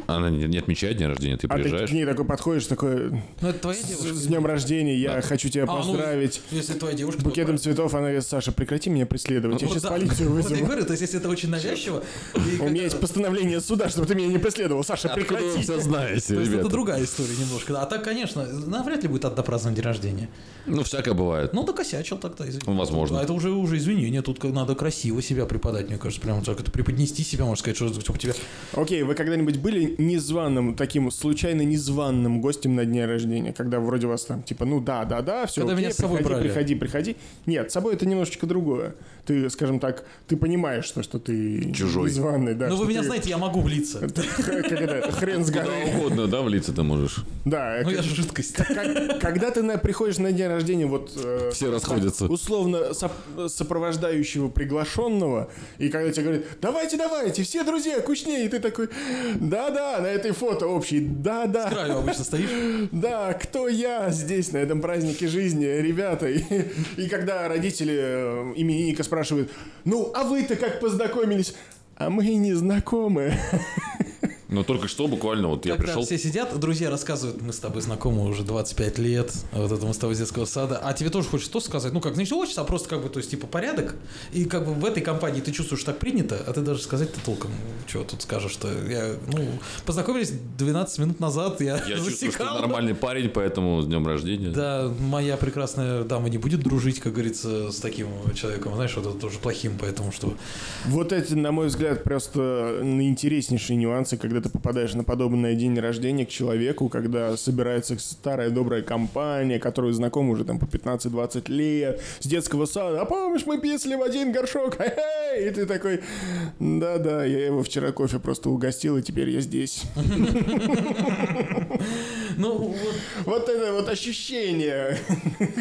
Speaker 1: Она не, не отмечает день рождения, ты
Speaker 2: А ты
Speaker 1: приезжаешь.
Speaker 2: к ней такой подходишь, такой,
Speaker 3: Ну, это твоя
Speaker 2: с,
Speaker 3: девушка?
Speaker 2: с днем рождения, я
Speaker 1: Да.
Speaker 2: хочу тебя
Speaker 3: А, ну,
Speaker 2: поздравить.
Speaker 3: если твоя девушка... то
Speaker 2: Букетом цветов она говорит, Саша, прекрати меня преследовать, я
Speaker 3: Вот
Speaker 2: сейчас
Speaker 3: Ну, да.
Speaker 2: полицию
Speaker 3: Вот я
Speaker 2: вызову.
Speaker 3: говорю, то есть если это очень навязчиво... и
Speaker 2: У
Speaker 3: как-то-
Speaker 2: меня есть постановление суда, чтобы ты меня не преследовал. Саша,
Speaker 1: Откуда вы
Speaker 2: прекрати.
Speaker 1: все знаете,
Speaker 3: То есть это
Speaker 1: ребята?
Speaker 3: другая история немножко. да. А так, конечно, навряд ли будет отда праздновать день рождения.
Speaker 1: Ну, всякое бывает.
Speaker 3: Ну, докосячил тогда, извини.
Speaker 1: Ну, возможно.
Speaker 3: А это уже, уже извинение, тут как надо красиво себя преподать, мне кажется, прям так это преподнести себя, можно сказать, что чтоб у тебя...
Speaker 2: Окей, вы когда-нибудь были незваным, таким случайно незваным гостем на дне рождения, когда вроде вас там, типа, ну да, да, да, все,
Speaker 3: Когда
Speaker 2: окей,
Speaker 3: меня с собой
Speaker 2: приходи,
Speaker 3: брали.
Speaker 2: приходи, приходи. Нет, с собой это немножечко другое. Ты, скажем так, ты понимаешь, что, что ты
Speaker 1: Чужой.
Speaker 2: незваный, да.
Speaker 3: ну, вы
Speaker 2: что
Speaker 3: меня
Speaker 2: ты-
Speaker 3: знаете, я могу влиться.
Speaker 2: ты х- как это, Хрен с
Speaker 1: Куда
Speaker 2: горы.
Speaker 1: угодно, да, влиться ты можешь.
Speaker 2: Да,
Speaker 3: Ну,
Speaker 2: это-
Speaker 3: я же жидкость.
Speaker 2: как- когда ты на- приходишь на день рождения, вот э,
Speaker 1: Все расходятся.
Speaker 2: условно соп- сопровождающего приглашенного, и когда тебе говорят, давайте, давайте, все друзья, кучнее, и ты такой, да-да, на этой фото общий,
Speaker 3: С
Speaker 2: да-да,
Speaker 3: краю обычно стоишь.
Speaker 2: да, кто я здесь на этом празднике жизни, ребята, и, и когда родители э, именинника спрашивают, ну, а вы-то как познакомились? А мы не знакомы.
Speaker 1: Но только что буквально вот я
Speaker 3: Когда
Speaker 1: пришел.
Speaker 3: все сидят, друзья рассказывают, мы с тобой знакомы уже 25 лет, вот это мы с тобой с детского сада, а тебе тоже хочется то сказать, ну как, не хочется, а просто как бы, то есть, типа, порядок, и как бы в этой компании ты чувствуешь, так принято, а ты даже сказать-то толком, чего тут скажешь, что я, ну, познакомились 12 минут назад, я,
Speaker 1: Я чувствую, что
Speaker 3: засекал.
Speaker 1: нормальный парень, поэтому с днем рождения.
Speaker 3: Да, моя прекрасная дама не будет дружить, как говорится, с таким человеком, знаешь, вот это тоже плохим, поэтому что...
Speaker 2: Вот эти, на мой взгляд, просто наинтереснейшие нюансы, когда ты попадаешь на подобное день рождения к человеку, когда собирается старая добрая компания, которую знакомы уже там по 15-20 лет, с детского сада, а помнишь, мы писали в один горшок, Хе-хе!» и ты такой, да-да, я его вчера кофе просто угостил, и теперь я здесь.
Speaker 3: Ну, вот
Speaker 2: Вот это вот ощущение.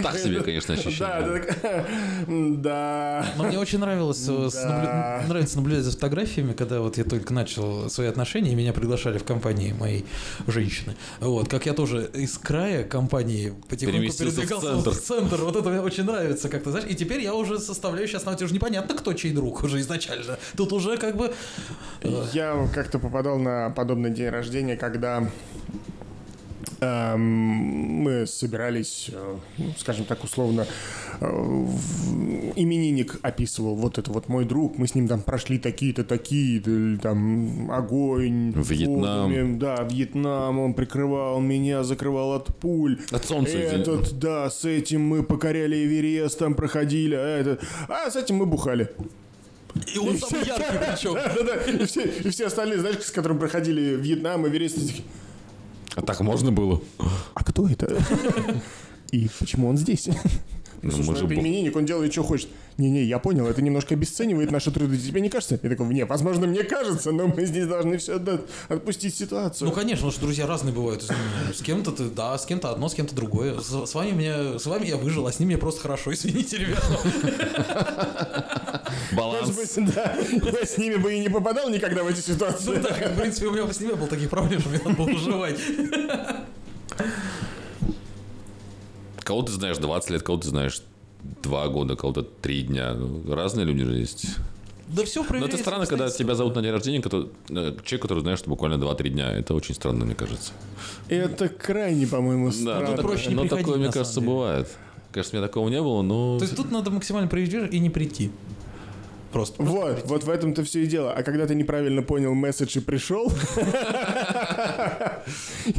Speaker 1: Так себе, конечно,
Speaker 2: Да,
Speaker 1: ощущение.
Speaker 2: ты такая, да.
Speaker 3: Но мне очень нравилось э, с-
Speaker 2: Да.
Speaker 3: наблю- нравится наблюдать за фотографиями, когда вот я только начал свои отношения, и меня приглашали в компании моей женщины. Вот, как я тоже из края компании потихоньку
Speaker 1: Переместился в
Speaker 3: передвигался
Speaker 1: центр.
Speaker 3: Вот это мне очень нравится, как ты знаешь. И теперь я уже составляю сейчас на уже непонятно, кто чей друг уже изначально. Тут уже как бы... э,
Speaker 2: Я как-то попадал на подобный день рождения, когда эм, мы собирались, э, ну, скажем так, условно, э, в- именинник описывал, вот это вот мой друг, мы с ним там прошли такие-то, такие-то, или там огонь,
Speaker 1: Вьетнам.
Speaker 2: фотами, да, Вьетнам, он прикрывал меня, закрывал от пуль.
Speaker 1: От солнца.
Speaker 3: Э,
Speaker 2: Этот, да, с этим мы покоряли Эверест, там проходили, а этот, а с этим мы бухали.
Speaker 3: И он самый яркий причем.
Speaker 2: Да-да-да. И все, и все остальные, знаешь, с которыми проходили Вьетнам, Эверест, и такие,
Speaker 1: А так можно было?
Speaker 2: а кто это? И почему он здесь?
Speaker 1: Ну,
Speaker 2: Слушай,
Speaker 1: мы
Speaker 2: ну,
Speaker 1: же
Speaker 2: это
Speaker 1: бог.
Speaker 2: именинник, он делает, что хочет. Не-не, я понял, это немножко обесценивает наши труды. Тебе не кажется? Я такой, не, возможно, мне кажется, но мы здесь должны все отда- отпустить ситуацию.
Speaker 3: Ну, конечно, потому что друзья разные бывают. То есть, ну, С кем-то ты, да, с кем-то одно, с кем-то другое. С, с вами меня, с вами я выжил, а с ним мне просто хорошо, извините, ребята.
Speaker 2: Может
Speaker 1: Баланс.
Speaker 2: быть, да, я с ними бы и не попадал никогда в эти ситуации.
Speaker 3: Ну да, как, в принципе, у меня бы с ним не было таких проблем, что мне надо было выживать.
Speaker 1: Кого ты знаешь 20 лет, кого ты знаешь 2 года, кого-то 3 дня. Ну, Разные люди же есть.
Speaker 3: Да все
Speaker 1: Но
Speaker 3: проверяется.
Speaker 1: Ну, это странно, когда
Speaker 3: обстоятельства.
Speaker 1: тебя зовут на день рождения, который, э, человек, который знаешь, что буквально 2-3 дня. Это очень странно, мне кажется.
Speaker 2: Это крайне, по-моему,
Speaker 1: Да,
Speaker 2: странно.
Speaker 1: но, так-
Speaker 3: проще не
Speaker 1: но
Speaker 3: приходить,
Speaker 1: такое, мне
Speaker 3: на самом
Speaker 1: кажется,
Speaker 3: деле.
Speaker 1: бывает. Конечно, у меня такого не было, но...
Speaker 3: То есть тут надо максимально проявить и не прийти. Просто.
Speaker 2: Вот, вот в этом-то все и дело. А когда ты неправильно понял месседж и пришел,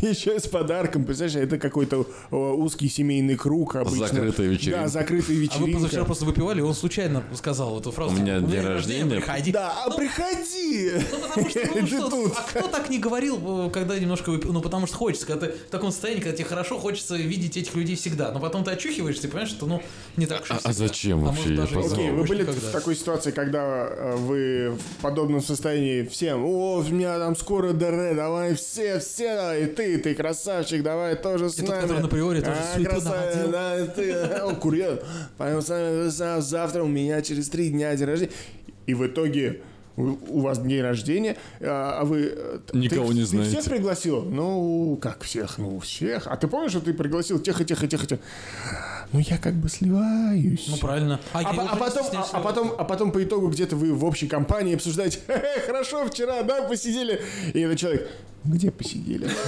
Speaker 2: еще и с подарком, представляешь, это какой-то о, узкий семейный круг обычно.
Speaker 1: Закрытая вечеринка.
Speaker 2: Да, закрытая
Speaker 3: А вы позавчера
Speaker 2: вечеринка.
Speaker 3: просто выпивали, и он случайно сказал эту фразу.
Speaker 1: У меня день рождения».
Speaker 3: приходи.
Speaker 2: Да, а приходи!
Speaker 3: Ну, потому что, ну,
Speaker 2: Ты
Speaker 3: что-
Speaker 2: тут.
Speaker 3: а кто так не говорил, э, когда немножко выпил? Ну, потому что хочется, когда ты в таком состоянии, когда тебе хорошо, хочется видеть этих людей всегда. Но потом ты очухиваешься, и понимаешь, что, ну, не так уж и
Speaker 1: А- а
Speaker 3: всегда.
Speaker 1: зачем
Speaker 3: может,
Speaker 1: вообще я
Speaker 3: даже и
Speaker 1: позвал?
Speaker 2: Окей, вы
Speaker 3: может,
Speaker 2: были
Speaker 3: никогда.
Speaker 2: в такой ситуации, когда э, вы в подобном состоянии всем, о, у меня там скоро ДР, давай все, все, давай, и ты, ты красавчик, давай тоже с
Speaker 3: И тот,
Speaker 2: нами.
Speaker 3: который на приоре тоже
Speaker 2: а,
Speaker 3: суету
Speaker 2: красавец,
Speaker 3: наводил.
Speaker 2: да, и ты, э, о, курьер, пойдем с нами, за- завтра у меня через три дня день рождения. И в итоге у у вас день рождения, а а вы... э, т-
Speaker 1: Никого
Speaker 2: ты-
Speaker 1: не
Speaker 2: ты
Speaker 1: знаете.
Speaker 2: всех пригласил? Ну, как всех? Ну, всех. А ты помнишь, что ты пригласил тех и тех и тех и тех? ну я как бы сливаюсь.
Speaker 3: Ну, правильно.
Speaker 2: А,
Speaker 3: я
Speaker 2: по-
Speaker 3: уже
Speaker 2: а
Speaker 3: не
Speaker 2: потом, а,
Speaker 3: стесняюсь.
Speaker 2: а потом, а потом по итогу где-то вы в общей компании обсуждаете, «Хе-хе, хорошо, вчера, да, посидели. И этот человек, где посидели?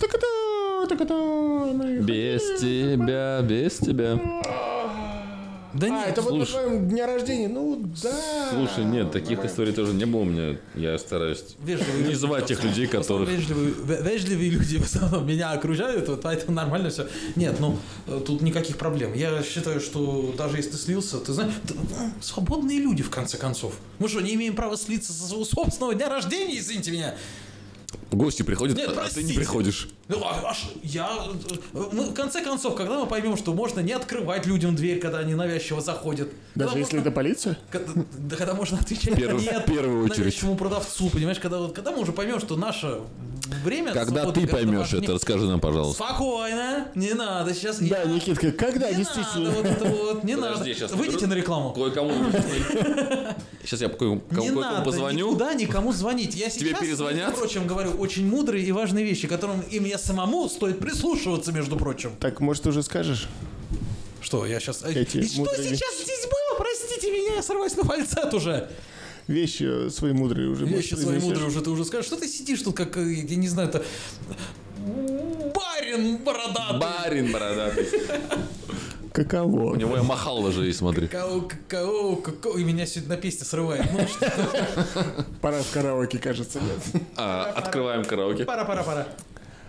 Speaker 2: Так это, так это... ну и
Speaker 1: Без тебя, без тебя.
Speaker 3: Да
Speaker 2: А,
Speaker 3: нет,
Speaker 2: это вот на
Speaker 1: слушай.
Speaker 2: твоем дня рождения, ну да.
Speaker 1: Слушай, нет, таких историй тоже не было у меня. Я стараюсь
Speaker 3: вежливые
Speaker 1: не
Speaker 3: люди,
Speaker 1: звать тех людей,
Speaker 3: в основном
Speaker 1: которых...
Speaker 3: Вежливые, ве- вежливые люди в основном меня окружают, вот поэтому нормально все. Нет, ну э, тут никаких проблем. Я считаю, что даже если ты слился, ты знаешь, ты- э, свободные люди в конце концов. Мы что, не имеем права слиться со своего собственного дня рождения, извините меня?
Speaker 1: Гости приходят,
Speaker 3: Нет,
Speaker 1: а ты не
Speaker 3: простите.
Speaker 1: приходишь.
Speaker 3: Ну, а- аж я... э, Мы, в конце концов, когда мы поймем, что можно не открывать людям дверь, когда они навязчиво заходят.
Speaker 2: Даже
Speaker 3: когда
Speaker 2: если
Speaker 3: можно-
Speaker 2: это полиция?
Speaker 3: когда, да когда можно отвечать
Speaker 1: Перв-
Speaker 3: нет
Speaker 1: в первую очередь.
Speaker 3: навязчивому продавцу, понимаешь, когда, вот- когда мы уже поймем, что наше время...
Speaker 1: Когда
Speaker 3: свободное
Speaker 1: ты поймешь
Speaker 3: гораздо важнее.
Speaker 1: это, расскажи нам, пожалуйста.
Speaker 3: Спокойно, не надо сейчас. не-
Speaker 2: Да, Никитка, когда,
Speaker 3: не надо
Speaker 2: действительно?
Speaker 3: вот это вот, не надо.
Speaker 1: Подожди, щас
Speaker 3: Выйдите
Speaker 1: вдруг-
Speaker 3: на рекламу.
Speaker 1: Кое-кому... Сейчас я кое-
Speaker 3: не
Speaker 1: кому
Speaker 3: надо
Speaker 1: кому позвоню.
Speaker 3: никуда никому звонить. Я
Speaker 1: Тебе
Speaker 3: сейчас,
Speaker 1: перезвонят?
Speaker 3: между прочим, говорю очень мудрые и важные вещи, которым и мне самому стоит прислушиваться, между прочим.
Speaker 2: Так, может, уже скажешь?
Speaker 3: Что, я сейчас...
Speaker 2: Эти
Speaker 3: и что
Speaker 2: мудрые
Speaker 3: сейчас здесь было? Простите меня, я сорваюсь на фальцет уже.
Speaker 2: Вещи свои мудрые уже. может,
Speaker 3: Вещи свои
Speaker 2: произнесешь?
Speaker 3: мудрые уже ты уже скажешь. Что ты сидишь тут, как, э, я не знаю, это... Барин бородатый.
Speaker 1: Барин бородатый. У
Speaker 2: Каково?
Speaker 1: него я махал даже и смотри.
Speaker 3: Какао, какао, какао. И меня сегодня на песня срывает. Ну что,
Speaker 2: Пора в караоке, кажется, нет?
Speaker 1: А, открываем караоке.
Speaker 3: пора, пора, пора.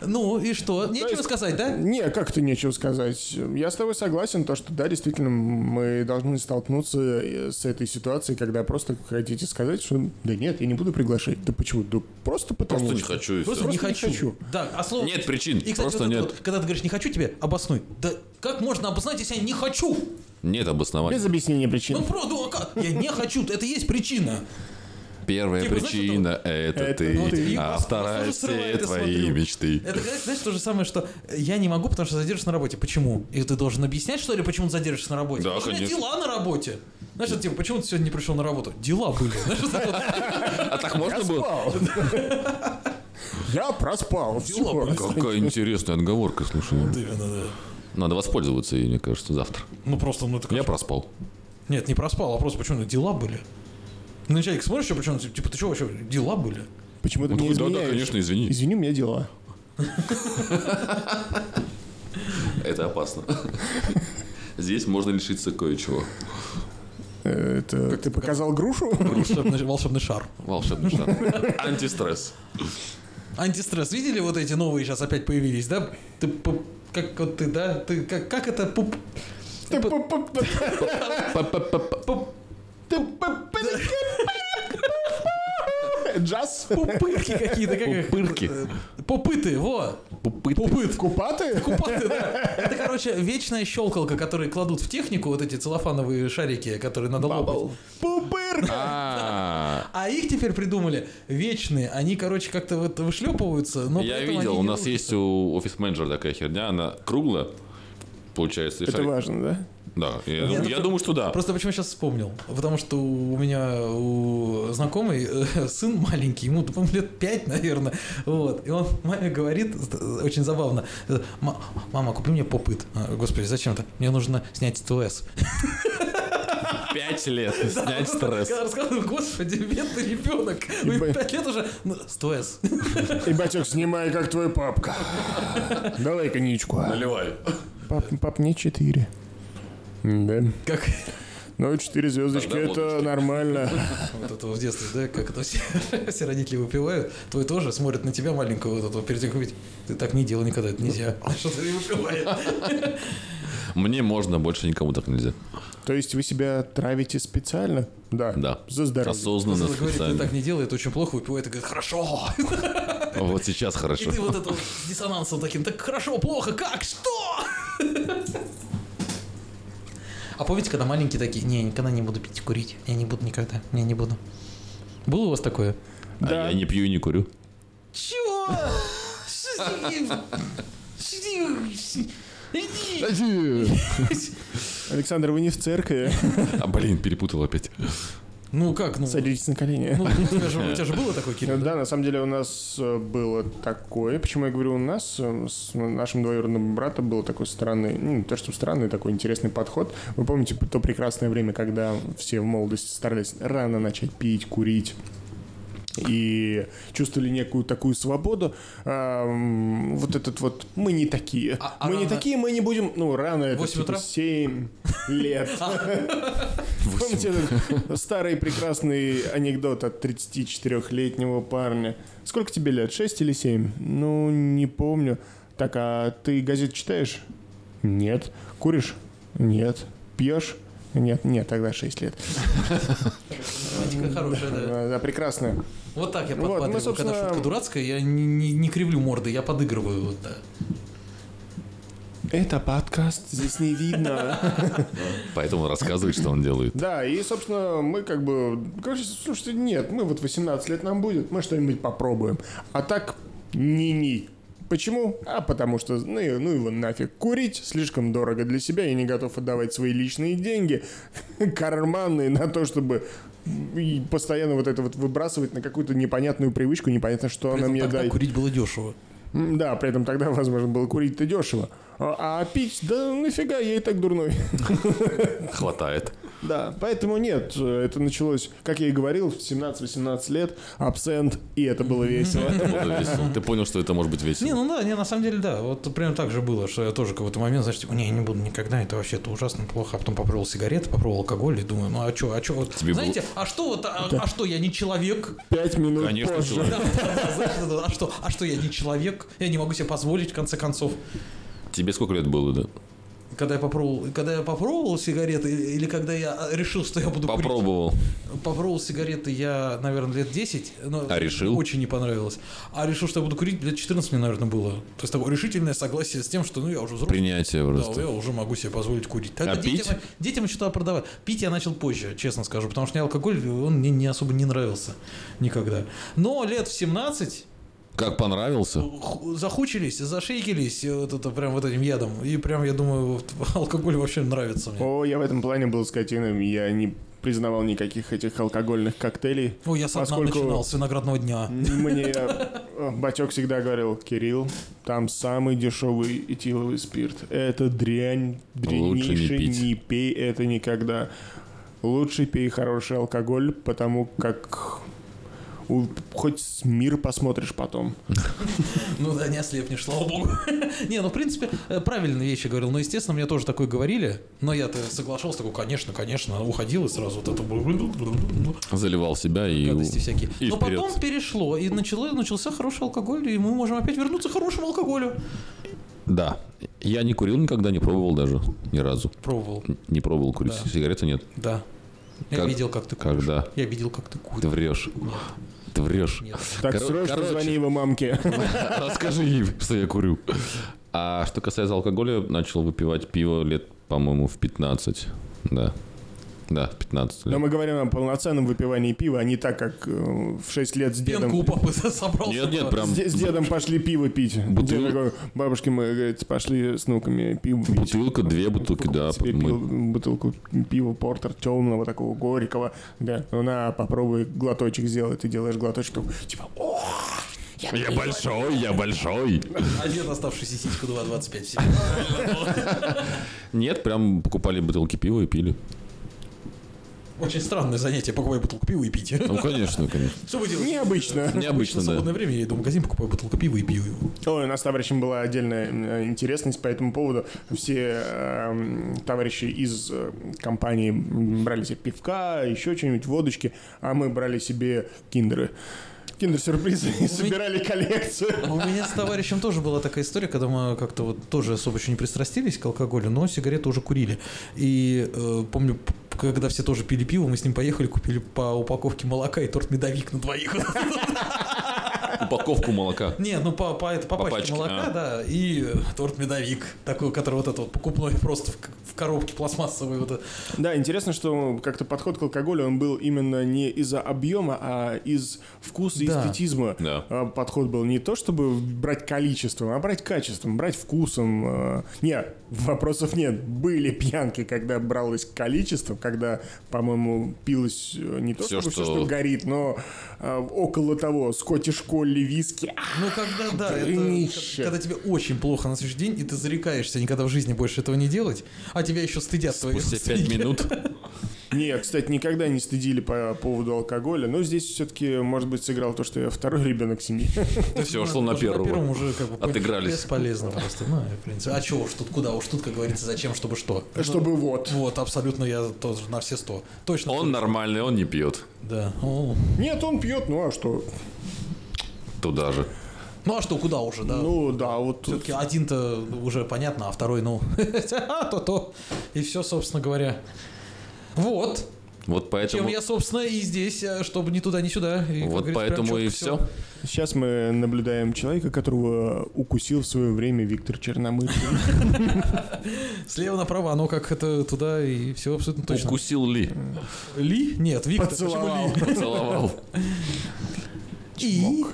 Speaker 3: Ну и что? Нечего
Speaker 2: есть-
Speaker 3: сказать, да?
Speaker 2: Не, как-то нечего сказать. Я с тобой согласен, то, что да, действительно, мы должны столкнуться э, с этой ситуацией, когда просто хотите сказать, что да нет, я не буду приглашать. Да почему? Да просто потому
Speaker 1: Просто не
Speaker 2: что.
Speaker 1: хочу и
Speaker 3: Просто,
Speaker 1: все.
Speaker 3: не,
Speaker 2: Просто не
Speaker 3: хочу.
Speaker 2: хочу.
Speaker 3: Да, а слово...
Speaker 1: Нет причин,
Speaker 3: И, кстати,
Speaker 1: просто
Speaker 3: вот это
Speaker 1: нет.
Speaker 3: вот, когда ты говоришь «не хочу тебе», обоснуй. Да как можно обоснать, если я не хочу?
Speaker 1: Нет обоснований.
Speaker 2: Без объяснения причин.
Speaker 3: Ну просто, ну, а как? Я не хочу, это и есть причина.
Speaker 1: Первая
Speaker 3: Типа, знаешь,
Speaker 1: причина это,
Speaker 2: это
Speaker 1: ты,
Speaker 2: вот
Speaker 3: и
Speaker 1: а
Speaker 3: ну, просто
Speaker 1: вторая
Speaker 3: сразу
Speaker 1: все
Speaker 3: срывает, я
Speaker 1: твои
Speaker 3: смотрю.
Speaker 1: мечты.
Speaker 3: Это, как, знаешь, то же самое, что э, я не могу, потому что задержусь на работе. Почему? И ты должен объяснять, что ли, почему ты задержишься на работе?
Speaker 1: Да,
Speaker 3: У меня
Speaker 1: конечно.
Speaker 3: дела на работе. Знаешь, это типа, почему ты сегодня не пришел на работу? Дела были. Знаешь, вот это вот,
Speaker 1: А так можно было?
Speaker 2: Спал. Я проспал. всё.
Speaker 3: были.
Speaker 1: Какая интересная отговорка, слушай. ну.
Speaker 3: именно, да.
Speaker 1: Надо воспользоваться ей, мне кажется, завтра.
Speaker 3: Ну просто, ну это как...
Speaker 1: Я проспал.
Speaker 3: Нет, не проспал, а просто почему дела были? На человек смотришь, а почему типа, ты что вообще, дела были?
Speaker 2: Почему ты
Speaker 1: Он
Speaker 2: мне
Speaker 1: такой, Ну, да, да,
Speaker 2: изменяешь?
Speaker 1: конечно, извини.
Speaker 2: Извини, у меня дела.
Speaker 1: Это опасно. Здесь можно лишиться кое-чего.
Speaker 2: Э, Это ты показал грушу?
Speaker 3: Ну, Волшебный, волшебный шар.
Speaker 1: Волшебный шар. Антистресс.
Speaker 3: Антистресс, видели вот эти новые сейчас опять появились, да? Ты по- как вот ты, да? Ты как, как это пуп...
Speaker 2: Ты п-п-п-
Speaker 1: П-п-п-п.
Speaker 3: пуп...
Speaker 2: ты п-п- Джаз?
Speaker 3: Пупырки какие-то, как их?
Speaker 1: Пупырки.
Speaker 3: Э, Попыты, во!
Speaker 1: Пупыт.
Speaker 3: Пупыт.
Speaker 2: Купаты?
Speaker 3: Купаты, да. Это, короче, вечная щелкалка, которые кладут в технику, вот эти целлофановые шарики, которые надо лопать.
Speaker 2: Пупыр!
Speaker 1: А,
Speaker 3: А их теперь придумали вечные. Они, короче, как-то вот вышлепываются, но
Speaker 1: Я
Speaker 3: при этом
Speaker 1: видел,
Speaker 3: они
Speaker 1: у
Speaker 3: не
Speaker 1: нас
Speaker 3: рушатся.
Speaker 1: есть у офис-менеджера такая херня, она круглая, получается. и
Speaker 2: Это
Speaker 1: шарик-
Speaker 2: важно, да?
Speaker 1: Да, я,
Speaker 3: Нет,
Speaker 1: дум-
Speaker 3: это
Speaker 1: я
Speaker 3: про-
Speaker 1: думаю, что да.
Speaker 3: Просто почему я сейчас вспомнил? Потому что у меня у знакомый э, сын маленький, ему, по-моему, лет 5, наверное. Вот. И он маме говорит, э, очень забавно, э, «Ма- мама, купи мне попыт. А, Господи, зачем это? Мне нужно снять ТВС.
Speaker 1: Пять лет снять стресс.
Speaker 3: Когда рассказываю, господи, бедный ребенок.
Speaker 2: Ебать.
Speaker 3: 5 лет уже. Ну, ТВС.
Speaker 2: И батек, снимай, как твой папка. Давай коньячку.
Speaker 1: Наливай.
Speaker 2: Пап, пап, мне четыре. Да.
Speaker 3: Как
Speaker 2: Ну, четыре звездочки,
Speaker 1: Тогда
Speaker 2: это
Speaker 1: водочки.
Speaker 2: нормально.
Speaker 3: вот это в детстве, да, как это все, все родители выпивают. Твой тоже смотрит на тебя маленького вот этого перед тем, как говорит, ты так не делай никогда, это нельзя. Что ты выпивает?
Speaker 1: Мне можно, больше никому так нельзя.
Speaker 2: То есть вы себя травите специально? Да.
Speaker 1: Да.
Speaker 2: За здоровье.
Speaker 1: Осознанно,
Speaker 3: Кто-то Ну, говорит, ты
Speaker 1: Ну, специально.
Speaker 3: так не делай, это очень плохо, выпивает и говорит, хорошо.
Speaker 1: Вот сейчас
Speaker 3: И
Speaker 1: хорошо.
Speaker 3: ты вот это вот с диссонансом таким, так хорошо, плохо, как, что? А помните, когда маленькие такие, не, я никогда не буду пить и курить, я не буду никогда, я не буду. Было у вас такое?
Speaker 1: А
Speaker 2: Да.
Speaker 1: я не пью и не курю.
Speaker 3: Чего? Что ты- Иди. Иди.
Speaker 1: А,
Speaker 2: Александр, вы не в церкви.
Speaker 1: блин, перепутал А, опять.
Speaker 3: Ну как, ну...
Speaker 2: Садитесь на колени.
Speaker 3: Ну, у тебя же, у тебя же было такое, Кирилл?
Speaker 2: Ну Да, на самом деле у нас э, было такое. Почему я говорю у нас? Э, С нашим двоюродным братом был такой странный, ну, не то что странный, такой интересный подход. Вы помните то прекрасное время, когда все в молодости старались рано начать пить, курить? и чувствовали некую такую свободу. Эм, вот этот вот «мы не такие».
Speaker 3: А- а
Speaker 2: мы не
Speaker 3: рано-
Speaker 2: такие, мы не будем... Ну, рано это
Speaker 3: Восемь
Speaker 2: типа
Speaker 3: утра? А.
Speaker 2: 7 лет. Помните этот старый прекрасный анекдот от 34-летнего парня? Сколько тебе лет? 6 или 7? Ну, не помню. Так, а ты газет читаешь? Нет. Куришь? Нет. Пьешь? Нет, нет, тогда 6 лет.
Speaker 3: Шутка хорошая, да.
Speaker 2: Да, прекрасно.
Speaker 3: Вот так я
Speaker 2: Вот, мы,
Speaker 3: подпадываю. Когда
Speaker 2: собственно-
Speaker 3: шутка дурацкая, я не, не- не кривлю морды, я подыгрываю. Вот, да.
Speaker 2: Это подкаст, здесь не видно.
Speaker 1: Поэтому он рассказывает, что он делает.
Speaker 2: Да, и, собственно, мы как бы... Короче, слушайте, нет, мы вот 18 лет нам будет, мы что-нибудь попробуем. А так, ни-ни. Почему? А потому что, ну, и- ну его нафиг, курить слишком дорого для себя, я не готов отдавать свои личные деньги, карманные, на то, чтобы и постоянно вот это вот выбрасывать на какую-то непонятную привычку, непонятно, что
Speaker 3: При
Speaker 2: она
Speaker 3: этом
Speaker 2: мне
Speaker 3: тогда
Speaker 2: дает.
Speaker 3: курить было дешево.
Speaker 2: М, Да, при этом тогда, возможно, было курить-то дешево. А, а пить, да нафига, я и так дурной.
Speaker 1: Хватает.
Speaker 2: Да, поэтому нет, э, это началось, как я и говорил, в 17-18 лет, абсент, и это было весело.
Speaker 1: Было весело. Ты понял, что это может быть
Speaker 3: Не,
Speaker 1: весело.
Speaker 3: ну да, не, на самом деле, да. Вот прям так же было, что я тоже какой-то момент, значит, типа, не, не буду никогда, это вообще это ужасно плохо. А потом попробовал сигареты, попробовал алкоголь и думаю, ну а чё, а чё, вот,
Speaker 1: Тебе было-
Speaker 3: знаете, а что вот, а, а что, я не человек?
Speaker 2: Пять минут
Speaker 1: Конечно,
Speaker 2: позже.
Speaker 1: человек.
Speaker 3: Да, да, знаешь, вот это, а что, а что, я не человек? Я не могу себе позволить, в конце концов. ну-
Speaker 1: Тебе сколько лет было, да?
Speaker 3: Когда я попробовал, когда я попробовал сигареты, или когда я решил, что я буду курить,
Speaker 1: Попробовал.
Speaker 3: Попробовал сигареты я, наверное, лет 10. Но
Speaker 1: А решил?
Speaker 3: Очень не понравилось. А решил, что я буду курить, лет 14 мне, наверное, было. То есть такое решительное согласие с тем, что ну я уже взрослый.
Speaker 1: Принятие
Speaker 3: Да,
Speaker 1: просто.
Speaker 3: я уже могу себе позволить курить.
Speaker 1: А пить?
Speaker 3: детям, детям что-то продавать. Пить я начал позже, честно скажу, потому что мне алкоголь, он мне не особо не нравился никогда. Но лет в 17
Speaker 1: Как понравился?
Speaker 3: ху- захучились, зашейкились э, вот это, прям вот этим ядом. И прям, я думаю, вот алкоголь вообще нравится мне.
Speaker 2: О, я в этом плане был скотином, я не признавал никаких этих алкогольных коктейлей.
Speaker 3: Ну, я сам
Speaker 2: Поскольку-
Speaker 3: начинал с виноградного дня.
Speaker 2: Мне э, батек всегда говорил, Кирилл, там самый дешевый этиловый спирт. Это дрянь,
Speaker 1: Лучше не
Speaker 2: дрянейший,
Speaker 1: пить.
Speaker 2: не, пей это никогда. Лучше пей хороший алкоголь, потому как у- хоть с мир посмотришь потом.
Speaker 3: Ну да, не ослепнешь, слава богу. Не, ну в принципе, э, правильные вещи говорил. Но, естественно, мне тоже такое говорили. Но я-то соглашался, такой, конечно, конечно, уходил и сразу вот это было.
Speaker 1: Заливал себя и...
Speaker 3: Гадости всякие.
Speaker 1: И
Speaker 3: Но
Speaker 1: вперед.
Speaker 3: потом перешло, и начало, начался хороший алкоголь, и мы можем опять вернуться к хорошему алкоголю.
Speaker 1: Да. Я не курил никогда, не пробовал даже ни разу.
Speaker 3: Пробовал,
Speaker 1: Не пробовал курить.
Speaker 3: Да.
Speaker 1: Сигарету нет.
Speaker 3: да. Я
Speaker 1: Как-
Speaker 3: видел, как ты куришь.
Speaker 1: Когда?
Speaker 3: Я видел, как ты
Speaker 1: Ты
Speaker 3: куришь.
Speaker 1: врешь. Ты врешь.
Speaker 3: Нет.
Speaker 2: Так,
Speaker 1: Коро-
Speaker 2: срочно
Speaker 1: короче.
Speaker 2: звони его мамке.
Speaker 1: Расскажи ей, что я курю. А что касается алкоголя, начал выпивать пиво лет, по-моему, в 15. Да. Да, в 15
Speaker 2: Но
Speaker 1: лет.
Speaker 2: мы говорим о полноценном выпивании пива, а не так, как э, в 6 лет с
Speaker 3: Пенку у
Speaker 2: дедом.
Speaker 3: папы собрался.
Speaker 1: Нет, нет, прям
Speaker 2: С, де- с дедом пошли пиво пить. Дед
Speaker 1: Бутыл-
Speaker 2: такой, бабушки мы, говорит, пошли с внуками пиво пить.
Speaker 1: бутылка, две бутылки, да.
Speaker 2: Себе пил
Speaker 1: мы-
Speaker 2: бутылку пива портер темного, такого горького. Да, ну на, попробуй глоточек сделай. Ты делаешь глоточек, такой, типа, о,
Speaker 1: Я большой, я большой.
Speaker 3: А дед, оставшийся сиську 2,25 всего.
Speaker 1: Нет, прям покупали бутылки пива и пили.
Speaker 3: Очень странное занятие, покупай бутылку пива и пить.
Speaker 1: Ну, конечно, конечно.
Speaker 3: Что вы делаете?
Speaker 2: необычно.
Speaker 1: Необычно,
Speaker 3: в свободное
Speaker 1: да.
Speaker 3: время я иду в магазин, покупаю бутылку пива и пью его.
Speaker 2: Ой, у нас с товарищем была отдельная э, интересность по этому поводу. Все эм, товарищи из э, компании м, брали себе пивка, еще что-нибудь, водочки, а мы брали себе киндеры. Киндер-сюрпризы и собирали коллекцию.
Speaker 3: А У меня с товарищем тоже была такая история, когда мы как-то вот тоже особо еще не пристрастились к алкоголю, но сигареты уже курили. И э, помню, п- когда все тоже пили пиво, мы с ним поехали, купили по упаковке молока и торт медовик на двоих.
Speaker 1: Упаковку молока.
Speaker 3: Не, ну по, по, это, по,
Speaker 1: По
Speaker 3: пачке
Speaker 1: пачке,
Speaker 3: молока,
Speaker 1: а.
Speaker 3: да, и э, торт медовик, такой, который вот этот вот покупной просто в, к- в коробке пластмассовой. Вот, это.
Speaker 2: Да, интересно, что как-то подход к алкоголю, он был именно не из-за объема, а из вкуса и
Speaker 3: Да.
Speaker 2: эстетизма.
Speaker 1: Да.
Speaker 2: А, Подход был не то, чтобы брать количеством, а брать качеством, брать вкусом. а. Нет, вопросов нет. Были пьянки, когда бралось количеством, когда, по-моему, пилось э, не то,
Speaker 1: Всё,
Speaker 2: чтобы все,
Speaker 1: что-
Speaker 2: что горит, но а, около того, скотиш колли, виски.
Speaker 3: Ну, когда, да, это,
Speaker 2: Днище.
Speaker 3: к- когда тебе очень плохо на следующий день, и ты зарекаешься никогда в жизни больше этого не делать, а тебя еще стыдят твои
Speaker 1: Спустя пять
Speaker 3: родственники.
Speaker 1: минут
Speaker 2: Нет, кстати, никогда не стыдили по поводу алкоголя, но здесь все-таки, может быть, сыграл то, что я второй ребенок семьи.
Speaker 1: все шло
Speaker 3: Ну,
Speaker 1: на
Speaker 3: уже первом
Speaker 1: первого.
Speaker 3: уже как бы понял,
Speaker 1: Отыгрались.
Speaker 3: Бесполезно просто. Ну, в принципе. А чего уж тут, куда уж тут, как говорится, зачем, чтобы что.
Speaker 2: Чтобы вот.
Speaker 3: Вот, абсолютно я тоже на все сто. Точно.
Speaker 1: Он нормальный, он не пьет.
Speaker 3: Да. О.
Speaker 2: Нет, он пьет, ну а что?
Speaker 1: Туда же.
Speaker 3: Ну а что, куда уже, да?
Speaker 2: Ну да, вот тут
Speaker 3: Все-таки один-то уже понятно, а второй, ну, то-то. И все, собственно говоря. Вот.
Speaker 1: Вот
Speaker 3: Чем
Speaker 1: поэтому,
Speaker 3: я, собственно, и здесь, э, чтобы ни туда, ни сюда. И, как
Speaker 1: вот
Speaker 3: говорится,
Speaker 1: поэтому
Speaker 3: прям
Speaker 1: и
Speaker 3: чётко
Speaker 1: все.
Speaker 3: всё.
Speaker 2: сейчас мы наблюдаем человека, которого укусил в свое время Виктор Черномырдин.
Speaker 3: Слева направо, оно как это туда, и все абсолютно точно.
Speaker 1: Укусил ли?
Speaker 3: Ли? Нет, Виктор.
Speaker 2: Поцеловал.
Speaker 3: почему Ли?
Speaker 1: Поцеловал.
Speaker 3: И...